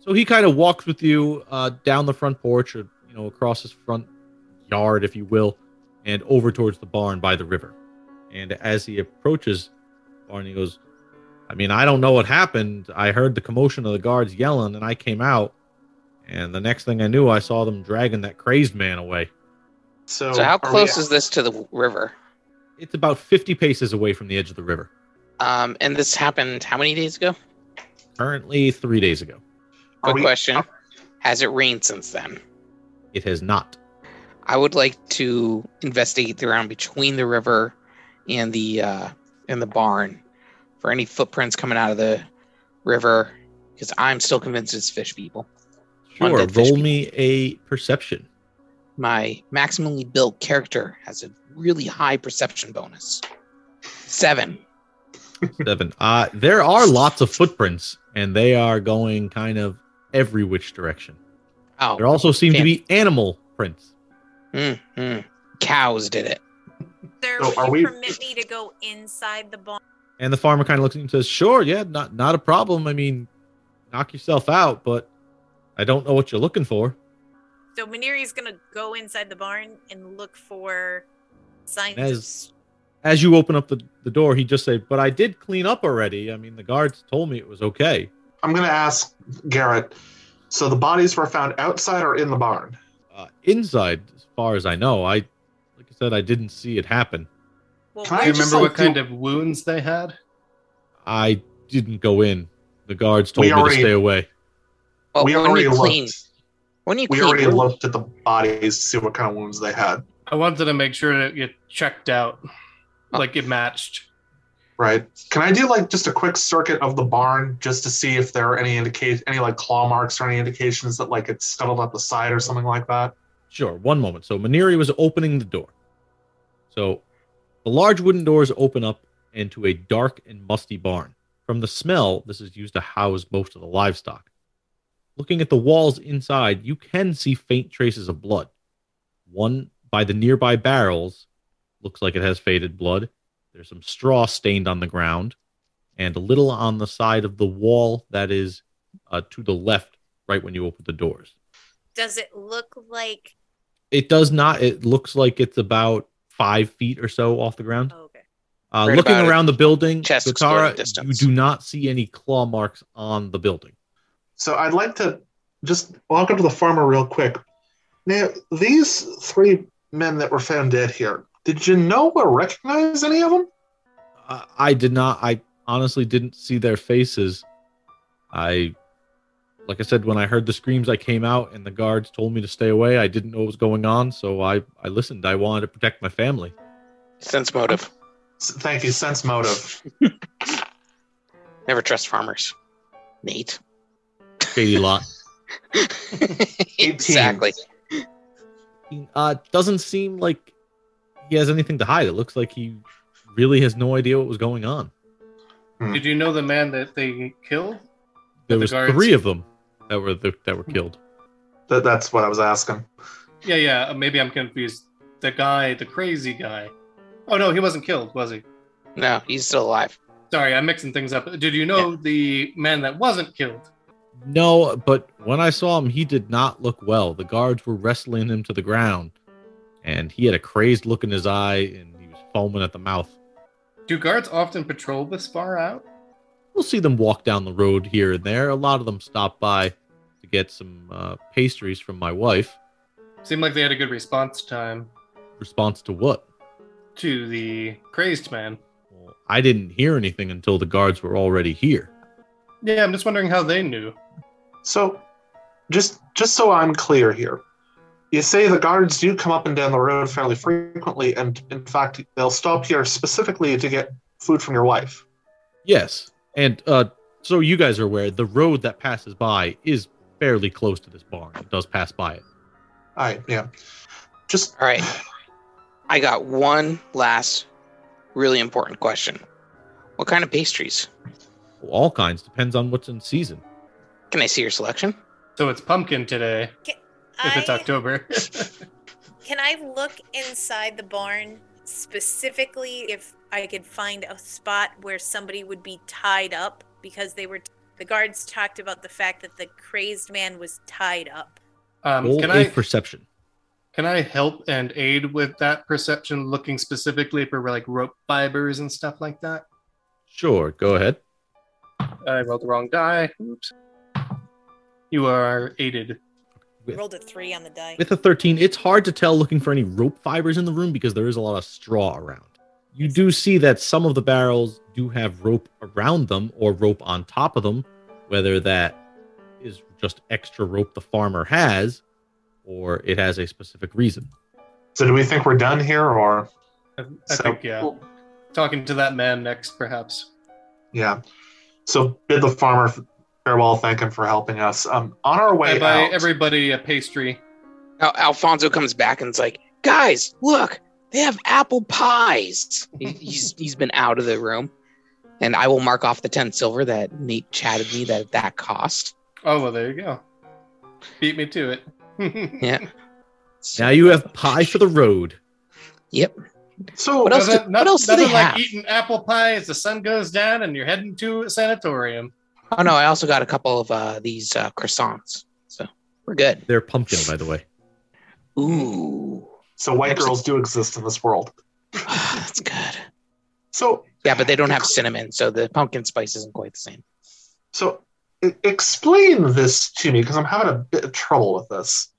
S6: So he kind of walks with you uh, down the front porch, or you know, across his front yard, if you will, and over towards the barn by the river. And as he approaches the barn, he goes, "I mean, I don't know what happened. I heard the commotion of the guards yelling, and I came out. And the next thing I knew, I saw them dragging that crazed man away.
S1: So,
S7: So how
S1: are we-
S7: close is this to the river?
S6: It's about fifty paces away from the edge of the river.
S7: Um, and this happened how many days ago?
S6: Currently, three days ago,
S1: are
S7: Good
S1: we-
S7: question. Has it rained since then?
S6: it has not.
S7: I would like to investigate the ground between the river and the uh, and the barn for any footprints coming out of the river because I'm still convinced it's fish people. One
S6: Sure,
S7: dead fish
S6: roll
S7: people.
S6: me a perception.
S7: My maximally built character has a really high perception bonus. Seven.
S6: Seven. Uh, there are lots of footprints, and they are going kind of every which direction.
S7: Oh,
S6: There also seem to be animal prints.
S7: mm, mm. cows did it.
S5: Sir,
S1: So
S5: would
S1: are
S5: you
S1: we-
S5: permit me to go inside the barn?
S6: And the farmer kind of looks at him and says, "Sure, yeah, not not a problem. I mean, knock yourself out, but I don't know what you're looking for.
S5: So Maniri's going to go inside the barn and look for signs of
S6: As- As you open up the, the door, he just said, "But I did clean up already. I mean, the guards told me it was okay.
S1: I'm going to ask Garrett. So the bodies were found outside or in the barn?
S6: Uh, inside, as far as I know, I like I said, I didn't see it happen.
S5: Well,
S1: Can
S8: Do
S1: I
S8: you
S1: just,
S8: remember what
S1: like,
S8: kind of wounds they had?
S6: I didn't go in. The guards told
S1: We
S6: me
S1: already-
S6: to stay away.
S7: Well,
S1: we
S7: when
S1: already
S7: you clean,
S1: looked.
S7: when you
S1: We
S7: clean,
S1: already looked at the bodies to see what kind of wounds they had.
S8: I wanted to make sure that it checked out,
S7: Oh.
S8: like it matched.
S1: Right? Can I do like just a quick circuit of the barn just to see if there are any indicate any like claw marks or any indications that like it scuttled up the side or something like that?
S6: Sure, one moment. So Maneri was opening the door. So the large wooden doors open up into a dark and musty barn. From the smell, this is used to house most of the livestock. Looking at the walls inside, you can see faint traces of blood. One by the nearby barrels looks like it has faded blood. There's some straw stained on the ground, and a little on the side of the wall that is uh, to the left, right when you open the doors
S5: does it look like?
S6: it does not it looks like it's about five feet or so off the ground
S5: Oh, okay.
S6: uh,
S7: Right
S6: looking
S7: about
S6: around the building
S7: chest
S6: Zatara, you
S7: exploring distance.
S6: do not see any claw marks on the building
S1: So I'd like to just walk up to the farmer real quick. Now, these three men that were found dead here, did you know or recognize any of them?
S6: I, I did not i honestly didn't see their faces i like i said when i heard the screams i came out and the guards told me to stay away i didn't know what was going on so i i listened i wanted to protect my family
S7: sense motive.
S1: S- Thank you, sense motive.
S7: Never trust farmers, Nate.
S6: shady lot
S7: exactly.
S6: uh doesn't seem like he has anything to hide it looks like he really has no idea what was going on
S8: Did you know the man that they killed?
S6: there
S8: the
S6: was
S8: guards-
S6: three of them that were the, that were killed.
S1: That, that's what I was asking.
S8: Yeah, yeah. uh, Maybe I'm confused. The guy, the crazy guy. Oh no, he wasn't killed, was he?
S7: No, he's still alive.
S8: Sorry, I'm mixing things up. Did you know the man that wasn't killed?
S6: No, but when I saw him, he did not look well. The guards were wrestling him to the ground, and he had a crazed look in his eye, and he was foaming at the mouth.
S8: Do guards often patrol this far out?
S6: We'll see them walk down the road here and there. A lot of them stop by to get some uh, pastries from my wife.
S8: Seemed like they had a good response time
S6: Response to what?
S8: to the crazed man.
S6: Well, I didn't hear anything until the guards were already here.
S8: Yeah, I'm just wondering how they knew.
S1: So, just just so I'm clear here, you say the guards do come up and down the road fairly frequently, and in fact, they'll stop here specifically to get food from your wife.
S6: Yes, and uh, so you guys are aware the road that passes by is fairly close to this barn. It does pass by it.
S1: All right, yeah. Just
S7: All right. I got one last really important question. What kind of pastries?
S6: All kinds depends on what's in season.
S7: Can I see your selection?
S8: So it's pumpkin today, if it's
S5: I-
S8: October.
S5: Can I look inside the barn specifically if I could find a spot where somebody would be tied up because they were the guards talked about the fact that the crazed man was tied up.
S8: um,
S6: Roll
S8: can
S6: a
S8: I
S6: perception.
S8: can I help and aid with that perception, looking specifically for like rope fibers and stuff like that?
S6: Sure, go ahead.
S8: I rolled the wrong die. Oops. You are aided.
S6: With-
S5: Rolled a 3 on the die.
S6: With a 13, it's hard to tell looking for any rope fibers in the room because there is a lot of straw around. You do see that some of the barrels do have rope around them or rope on top of them, whether that is just extra rope the farmer has or it has a specific reason.
S1: so, do we think we're done here, or
S8: I, I
S1: So-
S8: think yeah. Talking to that man next, perhaps.
S1: yeah? So bid the farmer farewell, thank him for helping us. Um, on our way
S8: I buy
S1: out,
S8: everybody a pastry.
S7: Al- Alfonso comes back and's like, guys, look, they have apple pies. He- he's he's been out of the room, and I will mark off the ten silver that Nate chatted me that that cost.
S8: Oh well, there you go. Beat me to it.
S7: Yeah.
S6: Now you have pie for the road.
S1: so
S7: What else do-
S8: Nothing-
S7: what
S8: noth-
S7: else do they
S8: nothing like
S7: have?
S8: eating apple pie as the sun goes down and you're heading to a sanatorium.
S7: Oh no, I also got a couple of uh, these uh, croissants, so we're good.
S6: They're pumpkin, by the way.
S7: Ooh,
S1: so white girls do exist in this world.
S7: that's good.
S1: So
S7: Yeah, but they don't have cinnamon, so the pumpkin spice isn't quite the same.
S1: So e- explain this to me because I'm having a bit of trouble with this.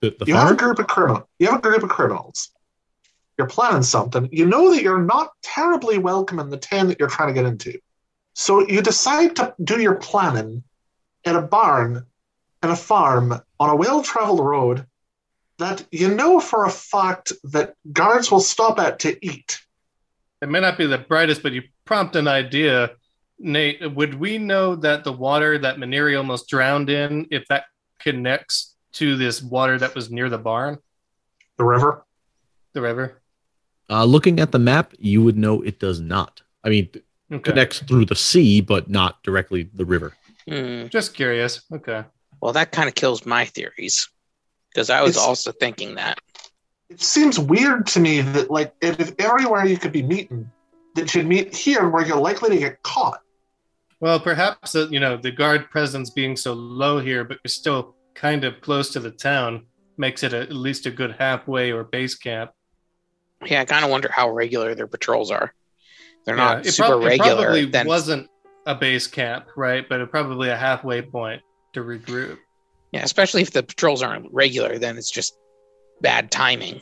S6: The, the
S1: you have
S6: farmer?
S1: a group of criminal. You have a group of criminals. you're planning something, you know that you're not terribly welcome in the town that you're trying to get into. So you decide to do your planning at a barn and a farm on a well traveled road that you know for a fact that guards will stop at to eat.
S8: It may not be the brightest, but you prompt an idea. Nate, would we know that the water that Maneri almost drowned in, if that connects to this water that was near the barn,
S1: The river?
S8: the river?
S6: Uh, looking at the map, you would know it does not. I mean, it
S8: Okay.
S6: connects through the sea, but not directly the river.
S7: Hmm.
S8: Just curious. Okay.
S7: Well, that kind of kills my theories because I was
S1: It's-
S7: also thinking that.
S1: It seems weird to me that, like, if, if everywhere you could be meeting, that you'd meet here where you're likely to get caught.
S8: Well, perhaps uh, you know the guard presence being so low here, but you're still kind of close to the town, makes it a, at least a good halfway or base camp.
S7: Yeah, I kind of wonder how regular their patrols are. They're
S8: Yeah,
S7: not
S8: it
S7: super
S8: prob- It
S7: regular.
S8: probably
S7: then
S8: wasn't a base camp, right? But it probably a halfway point to regroup.
S7: yeah, especially if the patrols aren't regular, then it's just bad timing.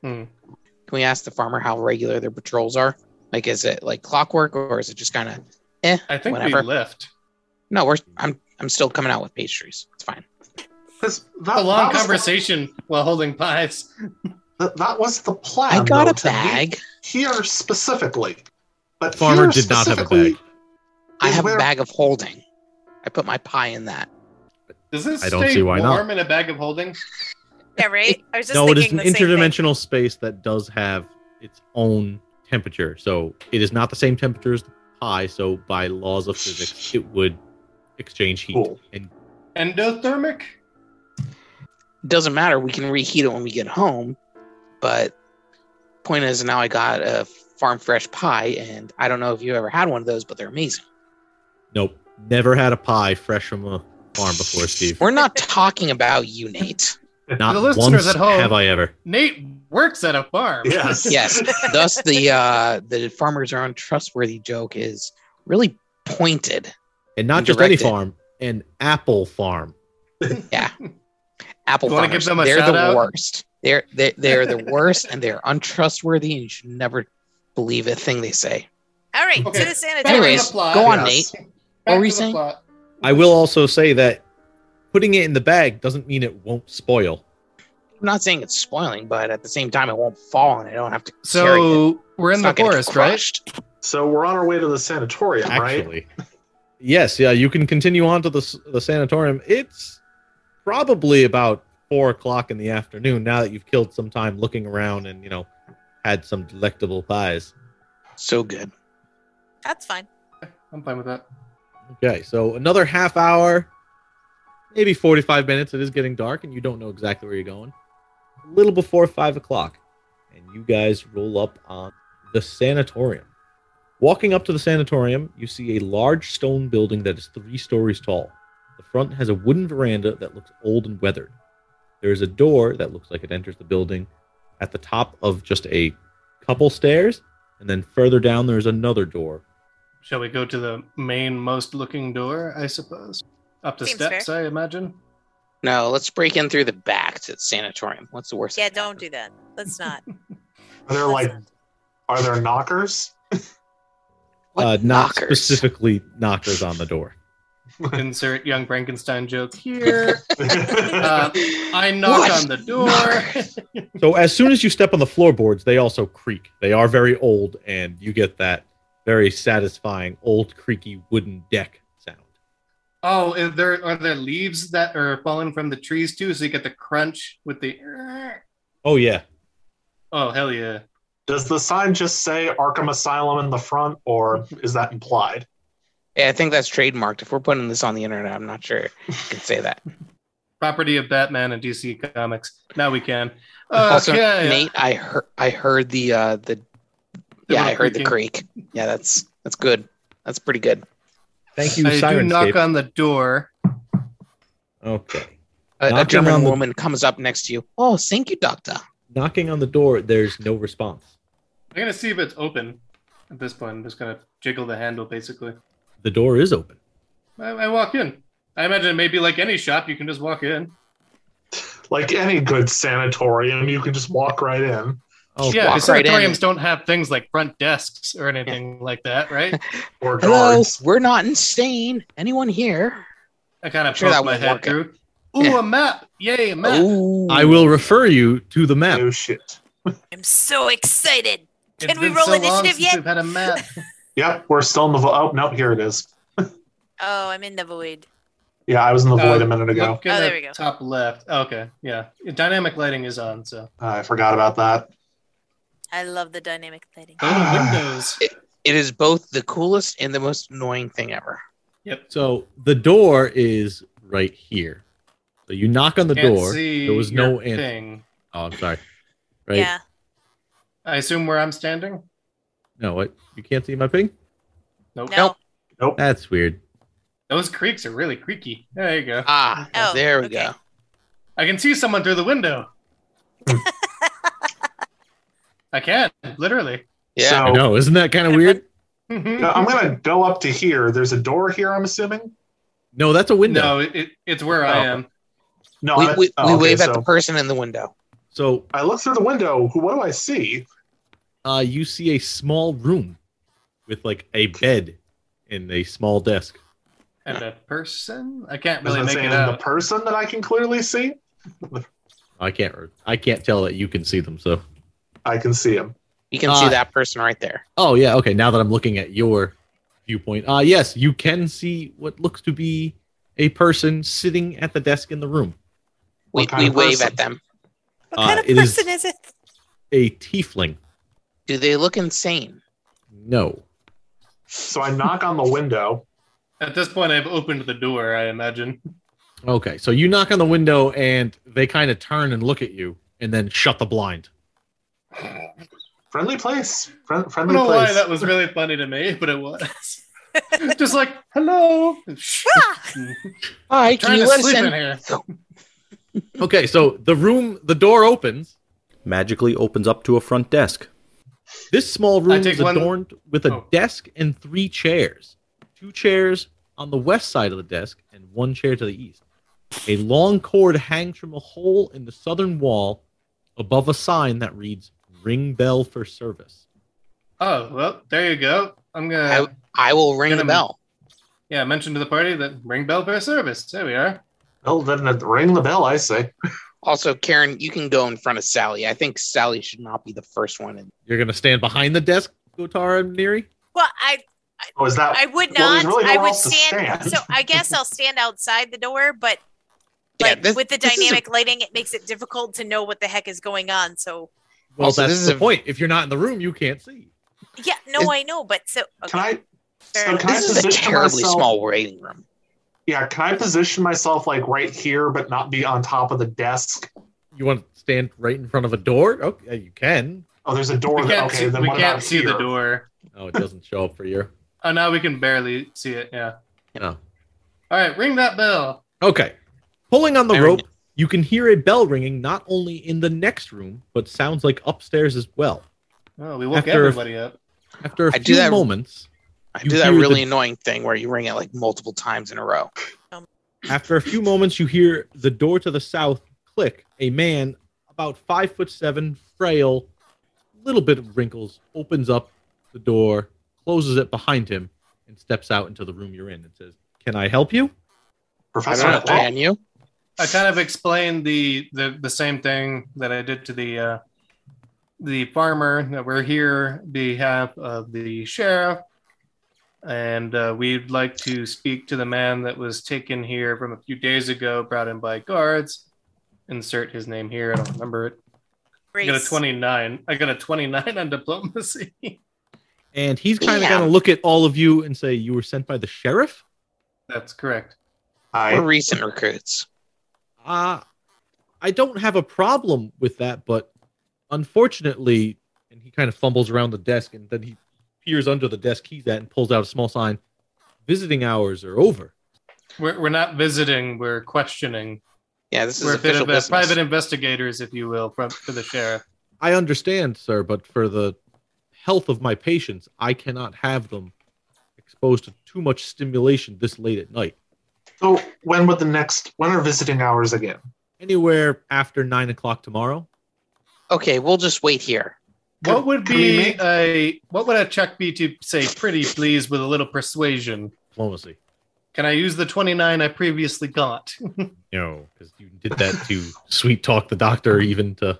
S8: Hmm.
S7: Can we ask the farmer how regular their patrols are? Like, is it like clockwork, or is it just kind of?
S8: I think
S7: Whatever.
S8: we left.
S7: No, we're I'm I'm still coming out with pastries. It's fine.
S1: 'Cause
S8: A
S1: that,
S8: long
S1: that was the-
S8: conversation while holding pies.
S1: that, that was the plan.
S7: I got
S1: though,
S7: a
S1: to meet
S7: bag.
S1: here specifically. But
S6: Farmer
S1: here
S6: did not have a
S1: specifically
S6: bag.
S7: I
S1: is
S7: have
S1: where-
S7: a bag of holding. I put my pie in that.
S8: Does this
S6: I don't
S8: stay
S6: see why not.
S8: warm in a bag of holding?
S5: Yeah, right? I was just
S6: no, it is
S5: thinking
S6: an
S5: the same thing.
S6: interdimensional space that does have its own temperature. So it is not the same temperature as the pie. So by laws of physics, it would exchange heat.
S1: Cool.
S6: And
S8: Endothermic?
S7: doesn't matter. We can reheat it when we get home. But point is, now I got a farm fresh pie, and I don't know if you ever had one of those, but they're amazing.
S6: nope, never had a pie fresh from a farm before, Steve.
S7: We're not talking about you, Nate.
S6: Not
S8: the listeners
S6: once
S8: at home-
S6: have I ever.
S8: Nate works at a farm.
S1: Yes.
S7: Yes. Thus, the uh, the farmers are untrustworthy joke is really pointed.
S6: And not
S7: You
S6: just any
S7: direct it.
S6: farm, an apple farm.
S7: Apple
S8: You wanna
S7: farmers,
S8: give them a
S7: they're the
S8: shout-out?
S7: worst. They're, they're they're the worst, and they're untrustworthy, and you should never believe a thing they say.
S5: All right,
S8: Okay.
S5: to the sanitarium.
S7: Anyways,
S8: plot.
S7: go on,
S1: Yes.
S7: Nate.
S8: Back
S7: were you
S8: to the
S7: saying?
S8: plot.
S6: I will also say that putting it in the bag doesn't mean it won't spoil.
S7: I'm not saying it's spoiling, but at the same time, it won't fall, and I don't have to. carry it.
S8: So we're in
S7: It's
S8: the
S7: not gonna get
S8: forest, right?
S7: crushed.
S1: So we're on our way to the sanatorium, right?
S6: actually. Yes, yeah, you can continue on to the, s- the sanatorium. It's probably about four o'clock in the afternoon now that you've killed some time looking around and, you know, had some delectable pies.
S7: So good.
S5: That's fine.
S8: I'm fine with that.
S6: Okay, so another half hour, maybe 45 minutes. It is getting dark and you don't know exactly where you're going. A little before five o'clock, and you guys roll up on the sanatorium. Walking up to the sanatorium, you see a large stone building that is three stories tall. The front has a wooden veranda that looks old and weathered. There is a door that looks like it enters the building at the top of just a couple stairs, and then further down, there is another door
S8: Shall we go to the mainmost looking door, I suppose? Up the
S5: Seems
S8: steps, I imagine.
S7: No, let's break in through the back to the sanatorium. What's the worst?
S5: Yeah,
S7: that can
S5: don't do that. Let's not.
S1: Are there
S5: Let's
S1: like
S5: not.
S1: are there knockers?
S7: happen? What
S6: uh, not
S7: knockers?
S6: specifically knockers on the door.
S8: Insert young Frankenstein joke here.
S1: That's
S8: Uh, I knock
S7: What?
S8: on the door.
S7: Knockers.
S6: So as soon as you step on the floorboards, they also creak. They are very old, and you get that very satisfying old creaky wooden deck sound.
S8: oh, is there are there leaves that are falling from the trees too? So you get the crunch with the.
S6: Oh yeah,
S8: Oh hell yeah!
S1: Does the sign just say Arkham Asylum in the front, or is that implied?
S7: Yeah, I think that's trademarked. If we're putting this on the internet, I'm not sure you can say that.
S8: Property of Batman and DC Comics. Now we can.
S6: Uh,
S7: also,
S8: Okay.
S7: Nate, I heard I heard the uh, the
S8: The
S7: yeah, I
S8: little
S7: heard the
S8: creaking.
S7: creak. Yeah, that's that's good. That's pretty good.
S6: thank you,
S8: I do knock
S6: Sirenscape.
S8: on the door.
S6: okay,
S7: A, a
S6: Knocking on
S7: German
S6: the-
S7: woman comes up next to you. Oh, thank you, doctor.
S6: knocking on the door. There's no response.
S8: I'm gonna see if it's open. At this point, I'm just gonna jiggle the handle basically.
S6: The door is open.
S8: I, I walk in. I imagine it may be like any shop. You can just walk in.
S1: Like any good sanatorium, you can just walk right in.
S7: Just
S8: yeah,
S7: Oh, walk right
S8: conservatoriums
S7: in.
S8: don't have things like front desks or anything like that, right?
S1: Or
S7: Hello,
S1: guards.
S7: we're not insane. Anyone here?
S8: I kind of
S7: Sure,
S8: sure
S7: that
S8: my
S7: would
S8: head
S7: work.
S8: through. Ooh,
S7: Yeah.
S8: a map! Yay, a map!
S7: Ooh.
S6: I will refer you to the map.
S1: Oh shit.
S5: I'm so excited.
S8: It's
S5: Can we
S8: been
S5: roll
S8: so long
S5: initiative
S8: since
S5: yet?
S8: We've had a map.
S1: Yep, we're still in the void. Oh no, here it is.
S5: Oh, I'm in the void.
S1: Yeah, I was in the void
S8: Uh,
S1: a minute ago.
S8: Look in
S5: Oh,
S8: the
S5: there we go.
S8: Top left. okay, yeah. Dynamic lighting is on, so
S1: Uh, I forgot about that.
S5: I love the dynamic lighting.
S8: go to
S7: Ah.
S1: Ah.
S8: windows.
S7: It is both the coolest and the most annoying thing ever.
S6: So the door is right here. So you knock on the
S8: Can't
S6: door.
S8: see
S6: there was no
S8: your
S6: answer.
S8: thing.
S6: Oh, I'm sorry. Right?
S5: Yeah.
S8: I assume where I'm standing.
S6: No, what? You can't see my ping?
S8: Nope.
S5: No.
S7: Nope.
S6: That's weird.
S8: Those creaks are really creaky. There you go.
S7: Ah,
S5: Oh,
S7: there we
S5: okay.
S7: go.
S8: I can see someone through the window. I can, literally.
S7: Yeah.
S1: So
S6: I know. Isn't that kind of weird?
S1: uh, I'm gonna go up to here. There's a door here. I'm assuming.
S6: No, that's a window.
S8: no, it, it, it's where I
S6: Oh.
S8: am.
S1: No,
S7: we
S1: I,
S7: we,
S1: oh,
S7: we
S1: okay,
S7: wave
S1: so
S7: at the person in the window.
S6: So
S1: I look through the window. Who? What do I see?
S6: uh, you see a small room with like a bed and a small desk.
S8: And a person? I can't really
S1: Doesn't
S8: make
S1: say
S8: it
S1: anything the
S8: out.
S1: person that I can clearly see.
S6: I can't. I can't tell that you can see them. So.
S1: I can see him.
S7: You can
S6: Ah.
S7: see that person right there.
S6: Oh yeah. Okay. Now that I'm looking at your viewpoint, uh yes, you can see what looks to be a person sitting at the desk in the room.
S7: We,
S1: What kind
S7: we
S1: of
S7: wave
S1: person?
S7: at them.
S5: What
S6: Uh,
S5: kind of
S6: it is-
S5: person is, it?
S6: A tiefling.
S7: Do they look insane?
S6: No.
S1: So I knock on the window.
S8: At this point, I've opened the door, I imagine.
S6: Okay. So you knock on the window and they kind of turn and look at you and then shut the blind.
S1: Friendly place. Friend,
S8: I
S1: friendly
S8: don't know
S1: place.
S8: why that was really funny to me, but it was. Just like, hello.
S5: Ah!
S7: Hi, can
S8: Trying
S7: you
S8: to
S7: let us
S8: sleep
S7: in?
S8: in here.
S6: Okay. So the room, the door opens.
S2: Magically opens up to a front desk.
S6: This small room
S8: take
S6: is
S8: one-
S6: adorned with a
S8: Oh.
S6: desk and three chairs. Two chairs on the west side of the desk and one chair to the east. A long cord hangs from a hole in the southern wall above a sign that reads Ring Bell for Service.
S8: Oh, well, there you go. I'm going to,
S7: I will ring
S8: Gonna
S7: the bell.
S8: yeah, mention to the party that ring bell for service. There we are.
S1: Well, then uh, ring the bell. I say.
S7: Also, Karen, you can go in front of Sally. I think Sally should not be the first one. In.
S6: You're going to stand behind the desk, Gotara and Neri?
S5: Well, I
S1: Oh, is that?
S5: I would
S1: Well,
S5: not.
S1: there's really
S5: I
S1: nowhere
S5: would
S1: else to
S5: stand.
S1: stand.
S5: So I guess I'll stand outside the door, but
S7: Yeah,
S5: like
S7: this-
S5: with the
S7: this is a-
S5: dynamic lighting, it makes it difficult to know what the heck is going on. So
S6: Well,
S7: Also, this
S6: that's
S7: is
S6: the
S7: a-
S6: point. If you're not in the room, you can't see.
S5: yeah, no,
S7: Is-
S5: I know, but so oh, okay.
S1: Can I?
S5: fair
S1: So
S5: enough.
S1: can I
S7: This is a
S1: position
S7: terribly
S1: myself-
S7: small waiting room.
S1: Yeah. Can I position myself like right here, but not be on top of the desk?
S6: You want to stand right in front of a door? Okay, you can.
S1: Oh, there's a door.
S8: We
S1: That,
S8: can't
S1: okay,
S8: see,
S1: then
S8: we
S1: what
S8: can't
S1: about
S8: see the
S1: here?
S8: door.
S6: Oh, it doesn't show up for you.
S8: Oh, now we can barely see it. Yeah.
S6: No.
S8: All right, ring that bell.
S6: Okay. Pulling on the
S7: Very
S6: rope, you can hear a bell ringing not only in the next room, but sounds like upstairs as well.
S8: Oh, we woke
S6: After-
S8: everybody up.
S6: After a
S7: I do
S6: few
S7: that-
S6: moments,
S7: I
S6: You
S7: do that
S6: hear the-
S7: really annoying thing where you ring it like multiple times in a row.
S6: after a few moments, you hear the door to the south click. A man, about five foot seven, frail, little bit of wrinkles, opens up the door, closes it behind him, and steps out into the room you're in and says, "Can I help you?"
S7: I
S1: Professor.
S7: don't know,
S1: Hall?
S7: can you?
S8: I kind of explained the, the the same thing that I did to the uh, the farmer that we're here on behalf of the sheriff, and uh, we'd like to speak to the man that was taken here from a few days ago, brought in by guards. Insert his name here. I don't remember it. I got a
S5: Grace.
S8: twenty nine. I got a twenty nine on diplomacy.
S6: And he's kind of
S7: Yeah.
S6: going to look at all of you and say, "You were sent by the sheriff."
S8: That's correct.
S7: We're
S1: Hi.
S7: recent recruits.
S6: Uh, I don't have a problem with that, but unfortunately, and he kind of fumbles around the desk and then he peers under the desk he's at and pulls out a small sign. Visiting hours are over.
S8: We're, we're not visiting. We're questioning.
S7: Yeah, this is
S8: We're a bit
S7: official
S8: of a
S7: business.
S8: private investigators, if you will, from for the sheriff.
S6: I understand, sir, but for the health of my patients, I cannot have them exposed to too much stimulation this late at night.
S1: So when would the next? When are visiting hours again?
S6: Anywhere after nine o'clock tomorrow.
S7: okay, we'll just wait here.
S8: What would
S1: Can we
S8: be
S1: make-
S8: a what would a check be to say pretty please with a little persuasion?
S6: Diplomacy.
S8: Can I use the 29 I previously got?
S6: No, because you did that to sweet talk the doctor even to.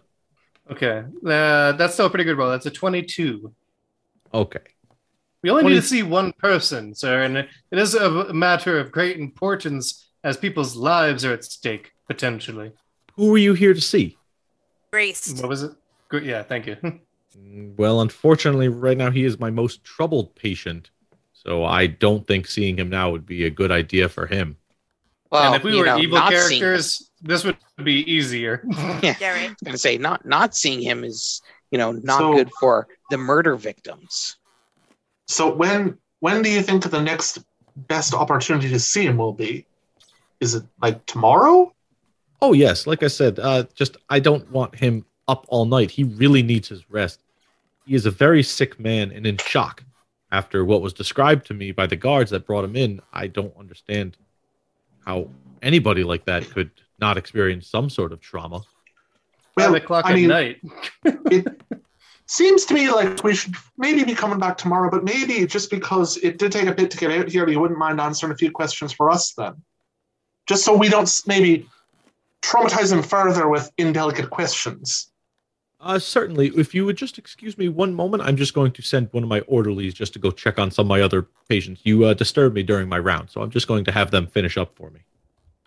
S8: okay. Uh, that's still a pretty good roll. That's a 22.
S6: Okay.
S8: We only
S6: What
S8: need
S6: is-
S8: to see one person, sir, and it is a matter of great importance as people's lives are at stake, potentially.
S6: Who were you here to see?
S5: Graced.
S8: What was it? Good. Yeah, thank you.
S6: Mm, Well, unfortunately, right now he is my most troubled patient, so I don't think seeing him now would be a good idea for him.
S7: Well,
S8: and if we
S7: you
S8: were
S7: know,
S8: evil
S7: not seeing-
S8: characters, this would be easier.
S5: Yeah, right.
S7: I'm gonna say not not seeing him is you know not
S1: So-
S7: good for the murder victims.
S1: So when when do you think the next best opportunity to see him will be? Is it like tomorrow?
S6: Oh yes, like I said, uh, just I don't want him up all night. He really needs his rest. He is a very sick man and in shock after what was described to me by the guards that brought him in. I don't understand how anybody like that could not experience some sort of trauma.
S8: Five o'clock
S1: I
S8: at
S1: mean,
S8: night.
S1: seems to me like we should maybe be coming back tomorrow, but maybe just because it did take a bit to get out here, you wouldn't mind answering a few questions for us then, just so we don't s- maybe traumatize him further with indelicate questions.
S6: Uh, certainly. If you would just excuse me one moment, I'm just going to send one of my orderlies just to go check on some of my other patients. You uh, disturbed me during my round, so I'm just going to have them finish up for me.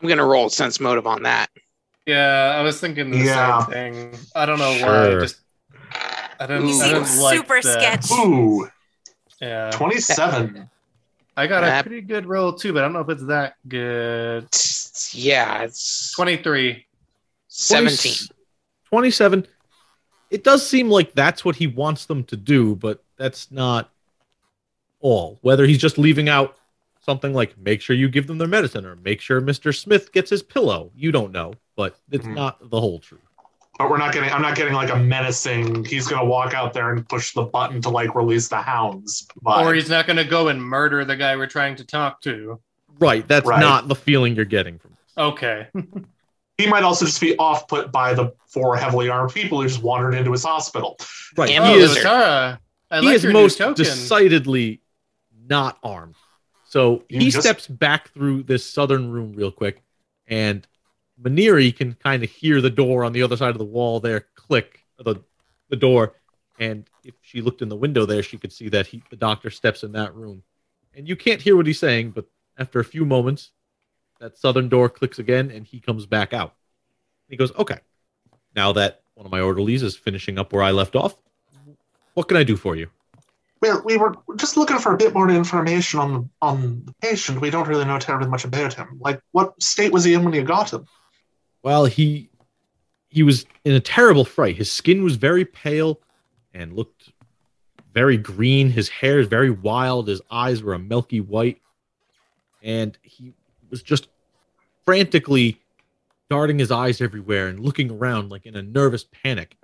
S7: I'm gonna roll sense motive on that.
S8: Yeah, I was thinking the
S1: Yeah.
S8: same thing. I don't know why.
S6: Sure.
S8: Just I don't.
S5: You
S8: I
S5: seem
S8: don't like
S5: super
S8: the-
S5: sketchy.
S1: Ooh,
S8: Yeah,
S1: twenty-seven.
S8: I got
S7: Yeah.
S8: a pretty good roll too, but I don't know if it's that good.
S7: Yeah, it's
S8: Twenty-three.
S7: 17.
S6: 27. It does seem like that's what he wants them to do, but that's not all. Whether he's just leaving out something like make sure you give them their medicine or make sure Mr. Smith gets his pillow, you don't know, but it's
S1: Mhm.
S6: not the whole truth.
S1: But we're not getting. I'm not getting like a menacing. He's gonna walk out there and push the button to like release the hounds. But
S8: Or he's not going to go and murder the guy we're trying to talk to.
S6: Right, that's
S1: Right.
S6: not the feeling you're getting from this.
S8: Okay.
S1: he might also just be off put by the four heavily armed people who just wandered into his hospital.
S6: Right.
S7: And
S8: oh,
S6: he is
S7: lizard.
S8: Tara, I
S6: he
S8: like
S6: is
S8: your
S6: most
S8: new token.
S6: decidedly not armed. So
S1: You
S6: he
S1: just-
S6: steps back through this southern room real quick, and Maniri can kind of hear the door on the other side of the wall there click the the door, and if she looked in the window there, she could see that he the doctor steps in that room, and you can't hear what he's saying, but after a few moments, that southern door clicks again, and he comes back out. He goes, "Okay, now that one of my orderlies is finishing up where I left off, what can I do for you?"
S1: Well, we were just looking for a bit more information on the, on the patient. We don't really know terribly much about him. Like, what state was he in when you got him?
S6: Well, he he was in a terrible fright. His skin was very pale and looked very green. His hair is very wild. His eyes were a milky white, and he was just frantically darting his eyes everywhere and looking around like in a nervous panic.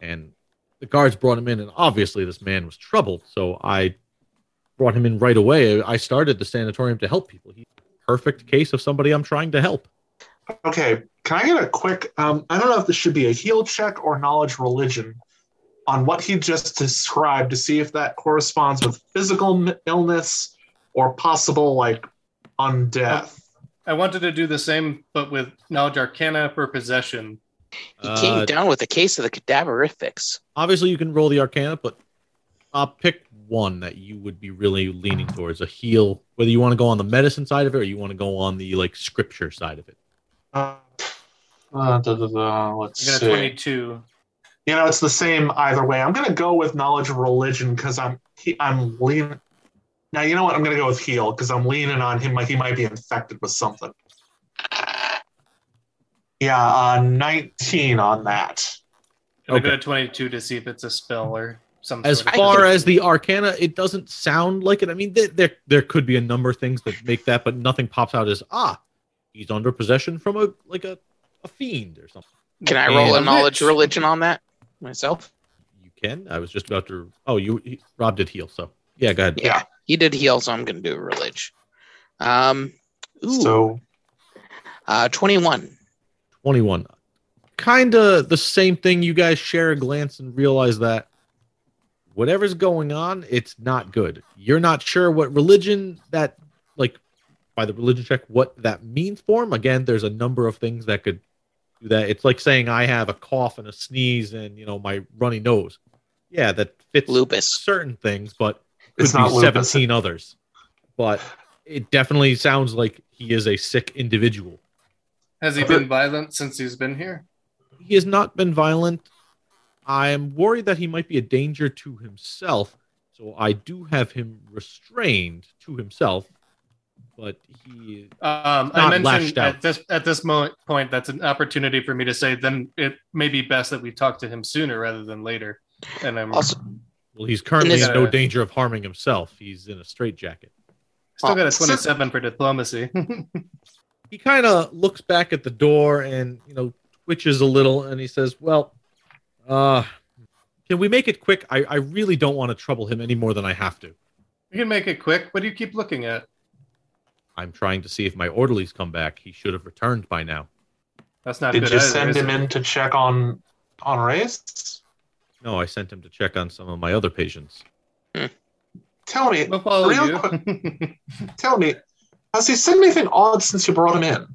S6: And the guards brought him in, and obviously this man was troubled. So I brought him in right away. I started the sanatorium to help people. He's a perfect case of somebody I'm trying to help.
S1: Okay, can I get a quick? Um, I don't know if this should be a heal check or knowledge religion on what he just described to see if that corresponds with physical m- illness or possible like undeath.
S8: I wanted to do the same, but with knowledge arcana for possession.
S7: He came
S6: Uh,
S7: down with a case of the cadaverifics.
S6: obviously you can roll the arcana but uh, pick one that you would be really leaning towards a heal whether you want to go on the medicine side of it or you want to go on the like scripture side of it
S1: Uh, uh, da, da, da, let's
S8: I Oh. got a
S1: see.
S8: 22.
S1: you know it's the same either way i'm gonna go with knowledge of religion because i'm he, i'm leaning now you know what i'm gonna go with heal because i'm leaning on him like he might be infected with something yeah uh 19 on that
S8: I got
S6: Okay.
S8: a 22 to see if it's a spell or some
S6: as
S8: sort of
S6: far as the arcana it doesn't sound like it i mean th- there there could be a number of things that make that but nothing pops out as ah he's under possession from a like a, a fiend or something
S7: Can I roll
S6: Yeah.
S7: a knowledge
S8: Lich.
S7: religion on that myself?
S6: you can i was just about to oh you he, rob did heal so yeah go ahead
S7: Yeah. He did heal, so I'm gonna do a religion. Um ooh,
S1: so
S7: uh 21.
S6: 21 kind of the same thing you guys share a glance and realize that whatever's going on, it's not good. You're not sure what religion that, like, by the religion check, what that means for him. Again, there's a number of things that could do that. It's like saying I have a cough and a sneeze and, you know, my runny nose. Yeah, that fits
S7: Lupus.
S6: certain things, but could
S1: It's
S6: be
S1: not lupus.
S6: 17 others. But it definitely sounds like he is a sick individual.
S8: Has he been violent since he's been here?
S6: He has not been violent. I'm worried that he might be a danger to himself. So I do have him restrained to himself. But he
S8: Um,
S6: Not
S8: I
S6: lashed
S8: mentioned
S6: out.
S8: at this at this moment point that's an opportunity for me to say then it may be best that we talk to him sooner rather than later. And I'm
S7: Also,
S6: well, he's currently
S7: this-
S6: in no danger of harming himself. He's in a straitjacket.
S8: still got a
S1: so-
S8: 27 for diplomacy.
S6: he kind of looks back at the door and you know twitches a little and he says well uh can we make it quick i, I really don't want to trouble him any more than i have to
S8: you can make it quick. What do you keep looking at?
S6: i'm trying to see if my orderlies come back he should have returned by now
S8: That's not
S1: Did
S8: good.
S1: you
S8: either,
S1: send
S8: is
S1: him
S8: it?
S1: in to check on on race?
S6: no i sent him to check on some of my other patients
S1: Tell me,
S8: We'll follow
S1: Real
S8: you.
S1: tell me, has he said anything odd since you brought him in?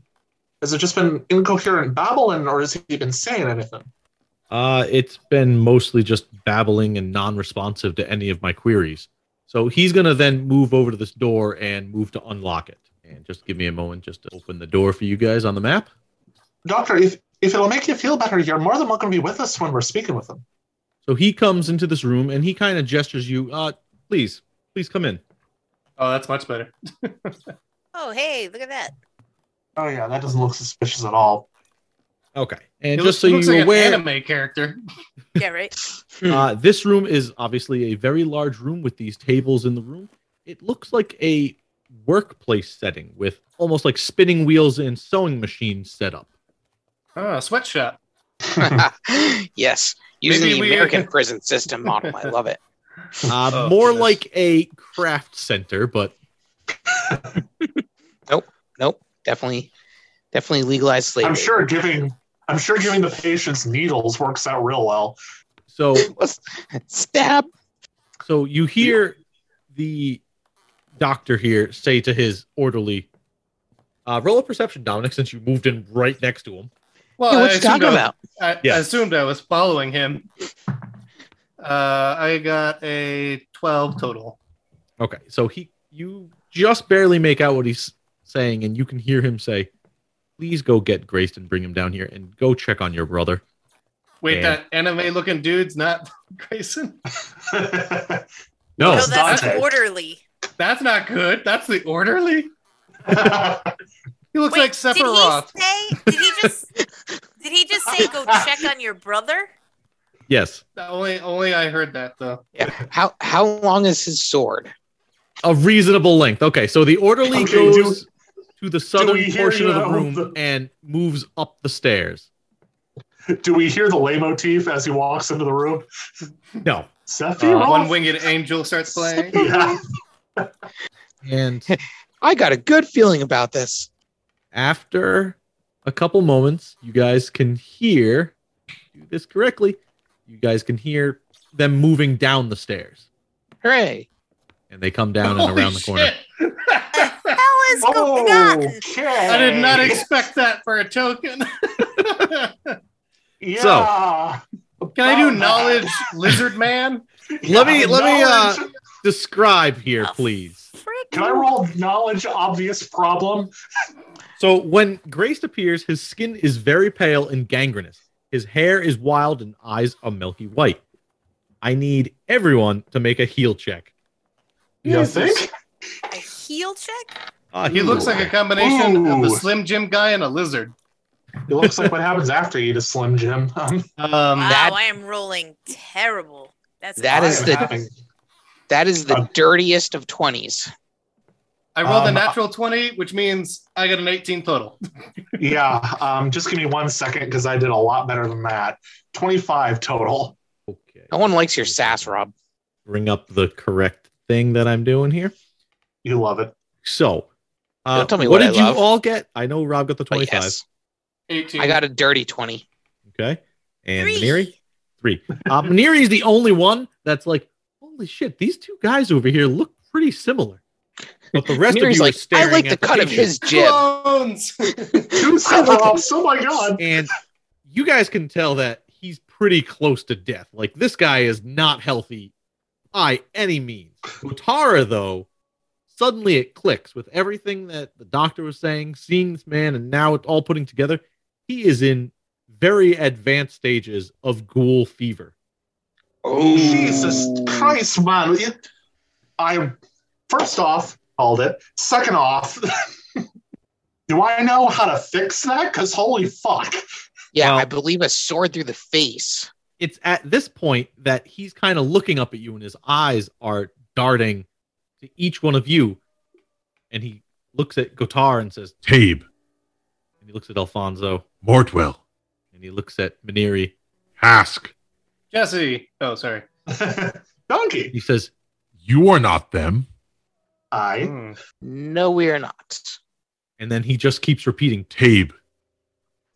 S1: Has it just been incoherent babbling, or has he been saying anything?
S6: uh it's been mostly just babbling and non-responsive to any of my queries so he's gonna then move over to this door and move to unlock it and just give me a moment just to open the door for you guys on the map
S1: Doctor, if if it'll make you feel better, you're more than welcome to be with us when we're speaking with him.
S6: So he comes into this room and he kind of gestures you, uh, please, please come in.
S8: oh, that's much better.
S5: Oh, hey, look at that.
S1: Oh yeah, that doesn't look suspicious at all.
S6: Okay. And just
S8: He looks-
S6: so
S8: he looks
S6: you're
S8: like
S6: aware,
S8: an anime character.
S5: Yeah, right.
S8: Hmm.
S6: uh, this room is obviously a very large room with these tables in the room. It looks like a workplace setting with almost like spinning wheels and sewing machines set up.
S8: Oh, sweatshop.
S7: yes. Using
S8: Maybe
S7: the
S8: we-
S7: American prison system model. I love it.
S6: Uh,
S8: Oh,
S6: more
S8: goodness.
S6: like a craft center, but
S7: Nope. Definitely definitely legalized slavery.
S1: I'm sure giving I'm sure giving the patients needles works out real well.
S6: so
S7: Was- Stab.
S6: So you hear the doctor here say to his orderly, uh, roll a perception, Dominic, since you moved in right next to him.
S8: Well,
S7: Yeah,
S8: I
S7: what you
S8: assumed
S7: talking
S8: I was-
S7: about?
S8: I,
S6: Yeah.
S8: I assumed I was following him. Uh, I got a 12 total.
S6: Okay, so he you just barely make out what he's saying, and you can hear him say, Please go get Grayson, bring him down here, and go check on your brother.
S8: Wait,
S6: Yeah.
S8: that anime looking dude's not Grayson?
S6: No,
S7: Oh,
S5: no, that's
S1: Dante.
S5: orderly.
S8: That's not good. That's the orderly. He looks
S5: Wait,
S8: like Sephiroth.
S5: Did he say? Did he just? did he just say go check on your brother?
S6: yes.
S8: Only, only I heard that though.
S7: Yeah. How how long is his sword?
S6: A reasonable length. Okay, so the orderly
S1: Okay, do-
S6: goes to the
S1: we
S6: southern
S1: hear
S6: portion
S1: you
S6: of the
S1: out?
S6: room and moves up the stairs.
S1: Do we hear the lay motif as he walks into the room?
S6: No.
S1: Sephiroth?
S8: Uh, one winged angel starts playing.
S1: yeah.
S6: And
S7: I got a good feeling about this.
S6: after a couple moments, you guys can hear do this correctly. You guys can hear them moving down the stairs,
S7: Hooray.
S6: and they come down and
S8: Holy
S6: around the corner.
S8: shit.
S5: Hell is going on?
S1: Okay.
S8: I did not expect that for a token. Can
S1: Yeah.
S8: I do
S1: About that.
S8: knowledge, lizard man?
S6: Let me-
S1: Yeah,
S6: let me, uh,
S1: knowledge-
S6: Describe here,
S5: Oh,
S6: please.
S5: frick.
S1: Can I roll knowledge obvious problem?
S6: So when Grace appears, his skin is very pale and gangrenous. His hair is wild and eyes are milky white. I need everyone to make a heel check.
S1: You think?
S5: A heel check?
S6: Ah,
S8: He looks like a combination of a
S1: Ooh.
S8: Slim Jim guy and a lizard.
S1: It looks like what happens after you eat a Slim Jim. Um,
S8: Um,
S5: Wow,
S7: that-
S5: I am rolling terrible. That's
S7: That
S1: I
S7: is
S1: am
S7: the-
S1: having-
S7: That is
S6: Uh,
S7: the
S1: Um,
S7: dirtiest of 20s.
S8: I rolled a
S1: Um,
S8: natural 20, which means I got an 18 total.
S1: yeah. Um, just give me one second because I did a lot better than that. 25 total.
S6: Okay.
S7: No one likes your sass, Rob.
S6: Bring up the correct thing that I'm doing here.
S1: You love it.
S6: So, uh,
S7: Don't tell me
S6: what,
S7: what I
S6: did you
S7: love.
S6: all get? I know Rob got the
S7: But
S6: 25.
S7: yes,
S8: 18.
S7: I got a dirty 20.
S6: Okay. And
S5: Three.
S6: Maneri, three. Uh, Maneri is the only one that's like, holy shit, these two guys over here look pretty similar. But the rest of
S7: Mary's
S6: you
S7: like,
S6: are
S7: I
S6: staring
S7: like
S6: at
S7: the cut of
S6: picture."
S7: his jib.
S8: Clones!
S1: Two
S7: I like the-
S1: Cyclops. Oh my god.
S6: and you guys can tell that he's pretty close to death. Like this guy is not healthy by any means. Utara, though, suddenly it clicks with everything that the doctor was saying, seeing this man, and now it's all putting together. He is in very advanced stages of ghoul fever.
S7: Oh,
S1: Jesus Christ, man. It- I first off called it. Second off, do I know how to fix that? Because holy fuck.
S7: Yeah,
S6: Well-
S7: I believe a sword through the face.
S6: It's at this point that he's kind of looking up at you, and his eyes are darting to each one of you. And he looks at Gotar and says,
S9: Tabe,
S6: and he looks at Alfonso.
S9: Mortwell,
S6: and he looks at Maneri.
S9: Hask.
S8: Jesse! Oh, sorry.
S1: Donkey.
S6: He says,
S9: You are not them.
S1: I
S8: Hmm.
S7: No, we are not.
S6: and then he just keeps repeating,
S9: Tabe,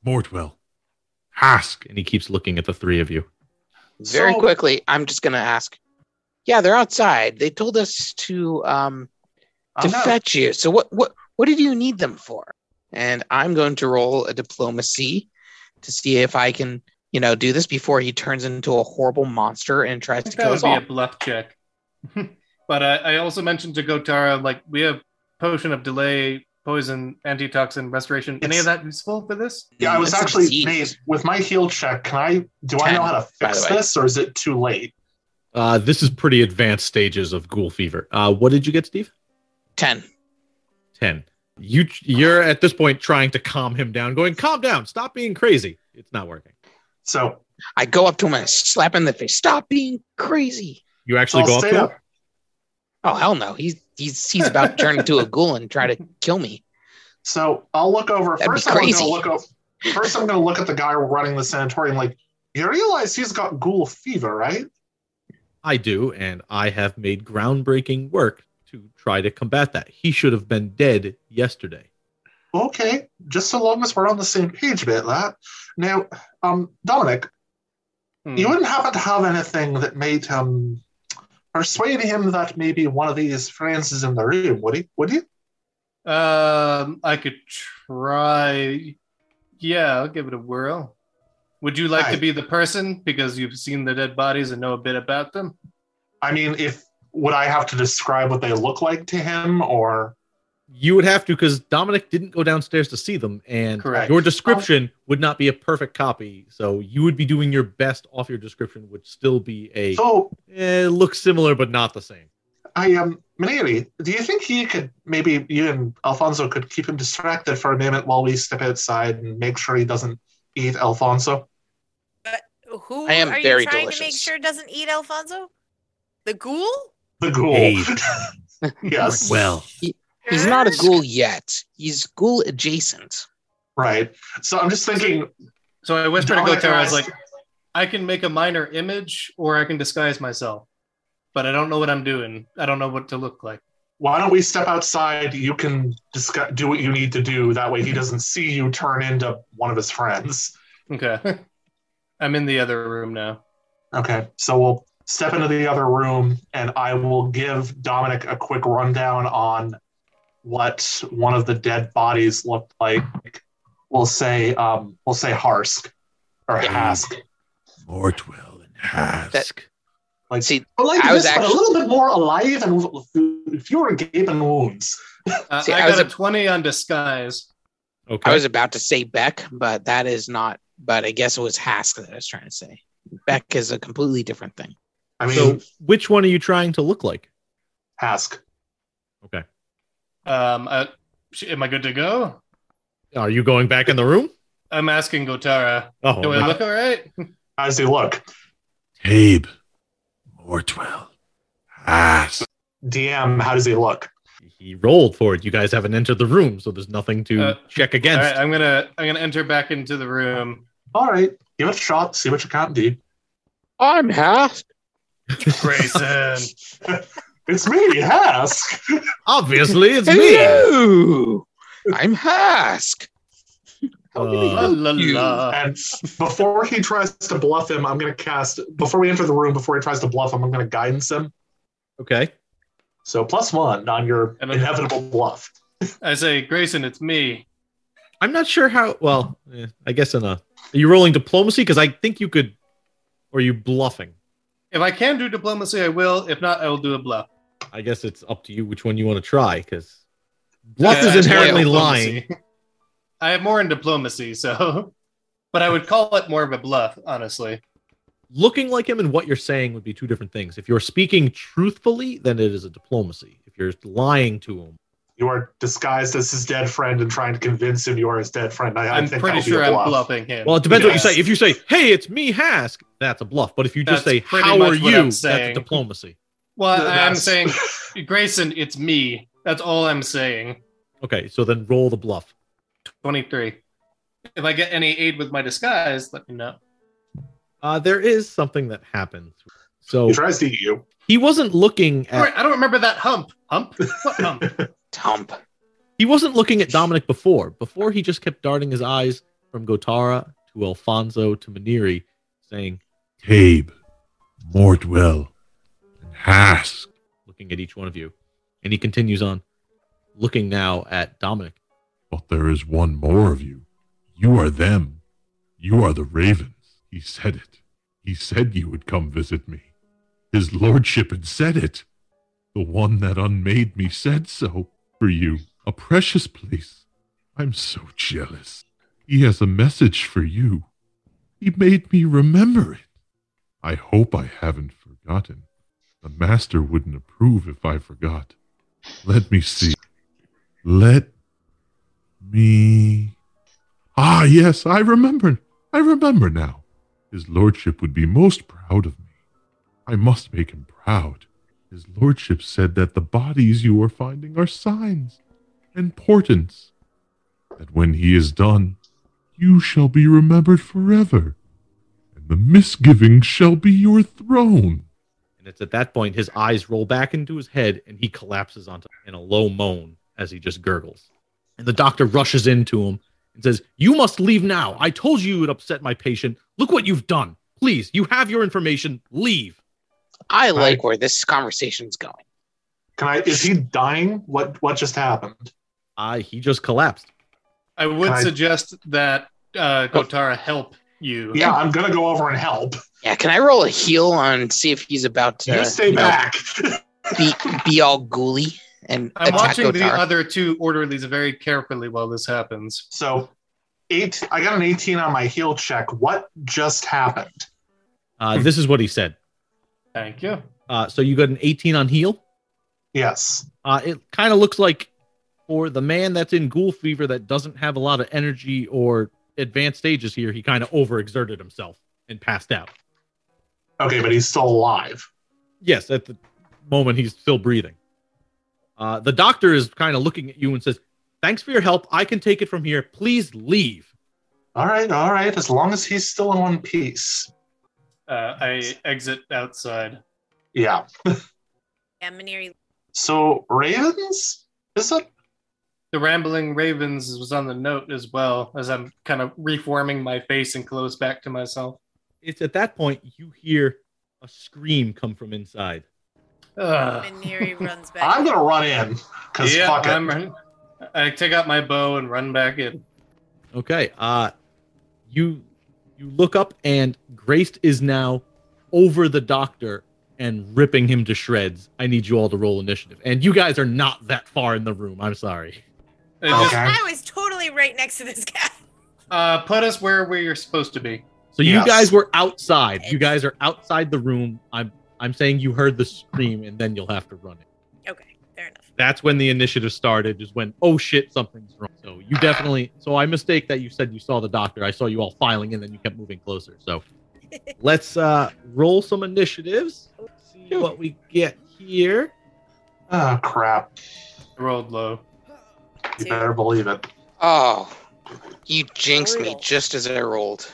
S9: Mortwell, Hask.
S6: and he keeps looking at the three of you.
S7: Very
S1: So-
S7: quickly, I'm just going to ask. Yeah, they're outside. They told us to um to
S1: I'm not-
S7: fetch you. So what what what did you need them for? And I'm going to roll a diplomacy to see if I can, you know, do this before he turns into a horrible monster and
S8: I
S7: tries to
S8: think that
S7: kill
S8: would
S7: us
S8: be
S7: all.
S8: a bluff check. but uh, I also mentioned to Gotara, like, we have potion of delay, poison, antitoxin, restoration. Any of that useful for this?
S1: yeah, I was
S7: That's a
S1: actually
S7: disease,
S1: made with my heal check. Can I do I know how to
S7: by the
S1: fix
S7: way.
S1: this or is it too late?
S6: Uh, this is pretty advanced stages of ghoul fever. Uh, what did you get, Steve?
S7: Ten.
S6: Ten. You you're at this point trying to calm him down, going, "Calm down, stop being crazy." It's not working.
S1: So
S7: I go up to him and I slap him in the face. Stop being crazy.
S6: You actually
S1: I'll
S6: go up
S1: stay
S6: to him.
S1: up.
S7: Oh hell no. He's he's he's about to turn into a ghoul and try to kill me.
S1: So I'll look over.
S7: That'd be
S1: first, I'm
S7: crazy.
S1: gonna look over. First, I'm gonna look at the guy running the sanatorium. Like, you realize he's got ghoul fever, right?
S6: I do, and I have made groundbreaking work to try to combat that. He should have been dead yesterday.
S1: Okay, just so long as we're on the same page about that. Now, um, Dominic,
S8: Hmm.
S1: you wouldn't happen to have anything that made him persuade him that maybe one of these friends is in the room, would he? Would you?
S8: Um, I could try. Yeah, I'll give it a whirl. Would you like
S1: Hi.
S8: to be the person because you've seen the dead bodies and know a bit about them?
S1: I mean, if would I have to describe what they look like to him, or
S6: You would have to, because Dominic didn't go downstairs to see them, and
S8: Correct.
S6: your description would not be a perfect copy. So you would be doing your best off your description, would still be a
S1: so?
S6: eh, looks similar but not the same.
S1: I um Maneri, do you think you could maybe you and Alfonso could keep him distracted for a moment while we step outside and make sure he doesn't eat Alfonso?
S5: Who
S7: I am
S5: are
S7: very
S5: you trying to make
S7: delicious.
S5: sure doesn't eat Alfonso? The ghoul?
S1: The ghoul.
S9: Hey.
S1: yes.
S9: Well,
S7: He's not a ghoul yet. He's ghoul adjacent.
S1: Right. So I'm just thinking
S8: So I whispered
S7: Oh,
S8: to
S1: Dominic
S8: Gotara, I was
S1: asked-
S8: like, I can make a minor image or I can disguise myself, but I don't know what I'm doing. I don't know what to look like.
S1: why don't we step outside? You can discuss, do what you need to do. That way he doesn't see you turn into one of his friends.
S8: Okay. I'm in the other room now.
S1: Okay. So we'll step into the other room and I will give Dominic a quick rundown on what one of the dead bodies looked like. We'll say um we'll say Harsk or
S9: Yeah.
S1: Hask.
S9: Mortwell and Hask.
S1: Like
S7: See,
S1: but like
S7: I was
S1: this, but a
S7: actually-
S1: little bit more alive and with fewer gaping wounds.
S8: Uh,
S7: See,
S8: I,
S7: I was
S8: got a
S7: a-
S8: 20 on disguise.
S6: Okay.
S7: I was about to say Beck, but that is not. But I guess it was Hask that I was trying to say. Beck is a completely different thing.
S1: I mean
S6: so, which one are you trying to look like?
S1: Hask.
S8: Um, I, sh- am I good to go?
S6: Are you going back in the room?
S8: I'm asking Gotara,
S6: Oh,
S8: do I look all right?
S1: How does he look?
S9: Tabe, Mortwell, Hask.
S1: DM, how does he look?
S6: he rolled for it. You guys haven't entered the room, so there's nothing to
S8: Uh,
S6: check
S8: All
S6: against.
S8: right, I'm gonna I'm gonna enter back into the room.
S1: All right, give it a shot, see what you can do.
S7: I'm Hask.
S8: Grayson,
S1: It's me, Hask.
S6: Obviously, it's me.
S7: Hello. I'm Hask. How can I
S6: Uh,
S8: la
S7: help
S8: la
S7: you?
S8: la.
S1: And before he tries to bluff him, I'm going to cast. Before we enter the room, before he tries to bluff him, I'm going to guidance him
S6: Okay.
S1: So plus one on your
S8: And then-
S1: inevitable bluff.
S8: I say, Grayson, it's me.
S6: I'm not sure how. Well, eh, I guess in a. Are you rolling diplomacy? Because I think you could. Or are you bluffing?
S8: If I can do diplomacy, I will. If not, I will do a bluff.
S6: I guess it's up to you which one you want to try. Because bluff
S8: Yeah,
S6: is
S8: I have more in
S6: inherently
S8: diplomacy.
S6: lying.
S8: I have more in diplomacy, so. But I would call it more of a bluff, honestly.
S6: Looking like him and what you're saying would be two different things. If you're speaking truthfully, then it is a diplomacy. If you're lying to him,
S1: You are disguised as his dead friend and trying to convince him you are his dead friend. I, I
S8: I'm
S1: think
S8: pretty
S1: that'll be a
S8: sure I'm
S1: bluff.
S8: bluffing him.
S6: well, it depends what you
S1: Yes.
S6: say. If you say, "Hey, it's me, Hask," that's a bluff. But if you just
S8: That's
S6: say,
S8: pretty
S6: "How
S8: much
S6: are
S8: what
S6: you?"
S8: I'm
S6: that's a
S8: saying.
S6: diplomacy.
S8: well I'm
S1: That's-
S8: saying, Grayson, it's me. That's all I'm saying.
S6: Okay, so then roll the bluff.
S8: 23. If I get any aid with my disguise, let me know.
S6: Uh, there is something that happens. So
S1: He tries to eat you.
S6: he wasn't looking
S8: All right,
S6: at
S8: I don't remember that hump. Hump? What hump?
S7: Tump.
S6: he wasn't looking at Dominic before. Before he just kept darting his eyes from Gotara to Alfonso to Maniri, saying,
S9: Tabe, Mortwell, and Hask.
S6: looking at each one of you. And he continues on, looking now at Dominic.
S9: But there is one more of you. You are them. You are the ravens. He said it. He said you would come visit me. His lordship had said it. The one that unmade me said so. For you, a precious place. I'm so jealous. He has a message for you. He made me remember it. I hope I haven't forgotten. The master wouldn't approve if I forgot. Let me see. Let me. Ah, yes, I remember. I remember now. His lordship would be most proud of me. I must make him proud. His lordship said that the bodies you are finding are signs and portents. That when he is done, you shall be remembered forever, and the misgiving shall be your throne.
S6: And it's at that point his eyes roll back into his head and he collapses onto in a low moan as he just gurgles. And the doctor rushes into him and says, You must leave now. I told you you would upset my patient. Look what you've done. Please, you have your information. Leave.
S7: I like where this conversation's going.
S1: Can I? Is he dying? What What just happened?
S6: Uh, he just collapsed.
S8: I would
S1: Can I-
S8: suggest that uh, Gotara help you.
S1: Yeah, I'm gonna go over and help.
S7: Yeah, can I roll a heel on see if he's about to
S1: you stay
S7: know,
S1: back.
S7: be be all ghouly and
S8: I'm
S7: attack
S8: watching the
S7: Gotar?
S8: other two orderlies very carefully while this happens.
S1: so, eight. I got an 18 on my heel check. What just happened?
S6: Uh, this is what he said.
S8: Thank you.
S6: Uh, so you got an 18 on heal.
S1: Yes.
S6: Uh, it kind of looks like for the man that's in ghoul fever that doesn't have a lot of energy or advanced stages here, he kind of overexerted himself and passed out.
S1: Okay, but he's still alive.
S6: Yes, at the moment he's still breathing. Uh, the doctor is kind of looking at you and says, "Thanks for your help. I can take it from here. Please leave."
S1: All right, all right. As long as he's still in one piece.
S8: Uh, I exit outside.
S1: Yeah.
S5: Yeah, Maneri.
S1: So ravens? Is it?
S8: The Rambling Ravens was on the note as well as I'm kind of reforming my face and close back to myself.
S6: It's at that point you hear a scream come from inside.
S8: Ugh.
S5: Maneri runs back.
S1: I'm gonna run in because
S8: Yeah,
S1: fuck it.
S8: I'm, I take out my bow and run back in.
S6: Okay. Uh you you look up and Graced is now over the doctor and ripping him to shreds. I need you all to roll initiative. And you guys are not that far in the room. I'm sorry.
S8: It just
S1: Okay.
S5: I was totally right next to this guy.
S8: uh, put us where we're supposed to be.
S6: So you
S1: Yes.
S6: guys were outside. You guys are outside the room. I'm I'm saying you heard the scream and then you'll have to run it.
S5: Okay, fair enough.
S6: That's when the initiative started, is when oh shit, something's wrong. So you definitely so I mistake that you said you saw the doctor. I saw you all filing and then you kept moving closer. So let's uh roll some initiatives. Let's see what we get here.
S1: Oh crap.
S8: I rolled low.
S1: You
S5: Two.
S1: better believe it.
S7: Oh, you jinxed me just as I rolled.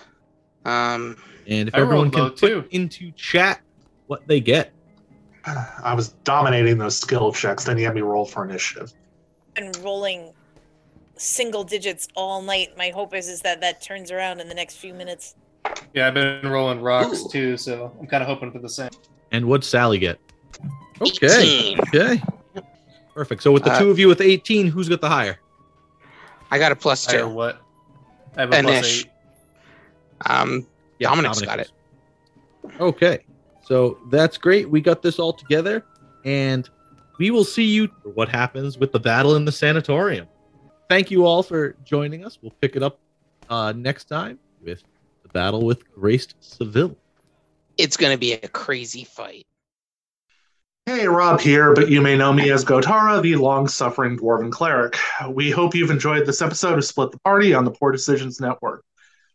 S7: Um,
S6: And if
S8: I
S6: everyone
S8: rolled
S6: can
S8: low,
S6: put
S8: too.
S6: into chat what they get.
S1: I was dominating those skill checks, then he had me roll for initiative.
S5: Been rolling single digits all night. My hope is is that that turns around in the next few minutes.
S8: Yeah, I've been rolling rocks too, so I'm kind of hoping for the same.
S6: And what'd Sally get? Okay.
S7: 18.
S6: Okay. Perfect. So with the
S7: Uh,
S6: two of you with 18, who's got the higher?
S7: I got a plus
S8: I have
S7: two.
S8: what? I have a
S7: An
S8: plus
S7: ish.
S8: eight.
S7: Um, Dominic's got it.
S6: does. Okay. So that's great. We got this all together. And we will see you for what happens with the battle in the sanatorium. Thank you all for joining us. We'll pick it up uh, next time with the battle with Graced Seville.
S7: It's going to be a crazy fight.
S1: Hey, Rob here, but you may know me as Gotara, the long suffering dwarven cleric. We hope you've enjoyed this episode of Split the Party on the Poor Decisions Network.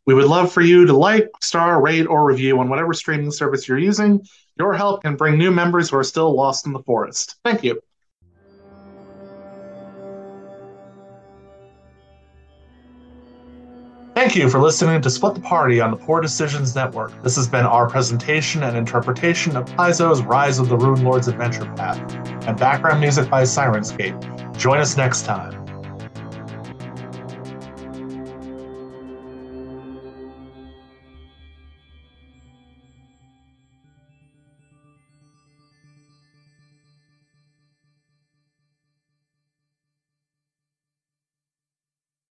S1: We would love for you to like, star, rate, or review on whatever streaming service you're using. Your help can bring new members who are still lost in the forest. Thank you. Thank you for listening to Split the Party on the Poor Decisions Network. This has been our presentation and interpretation of Paizo's Rise of the Rune Lord's Adventure Path and background music by Sirenscape. Join us next time.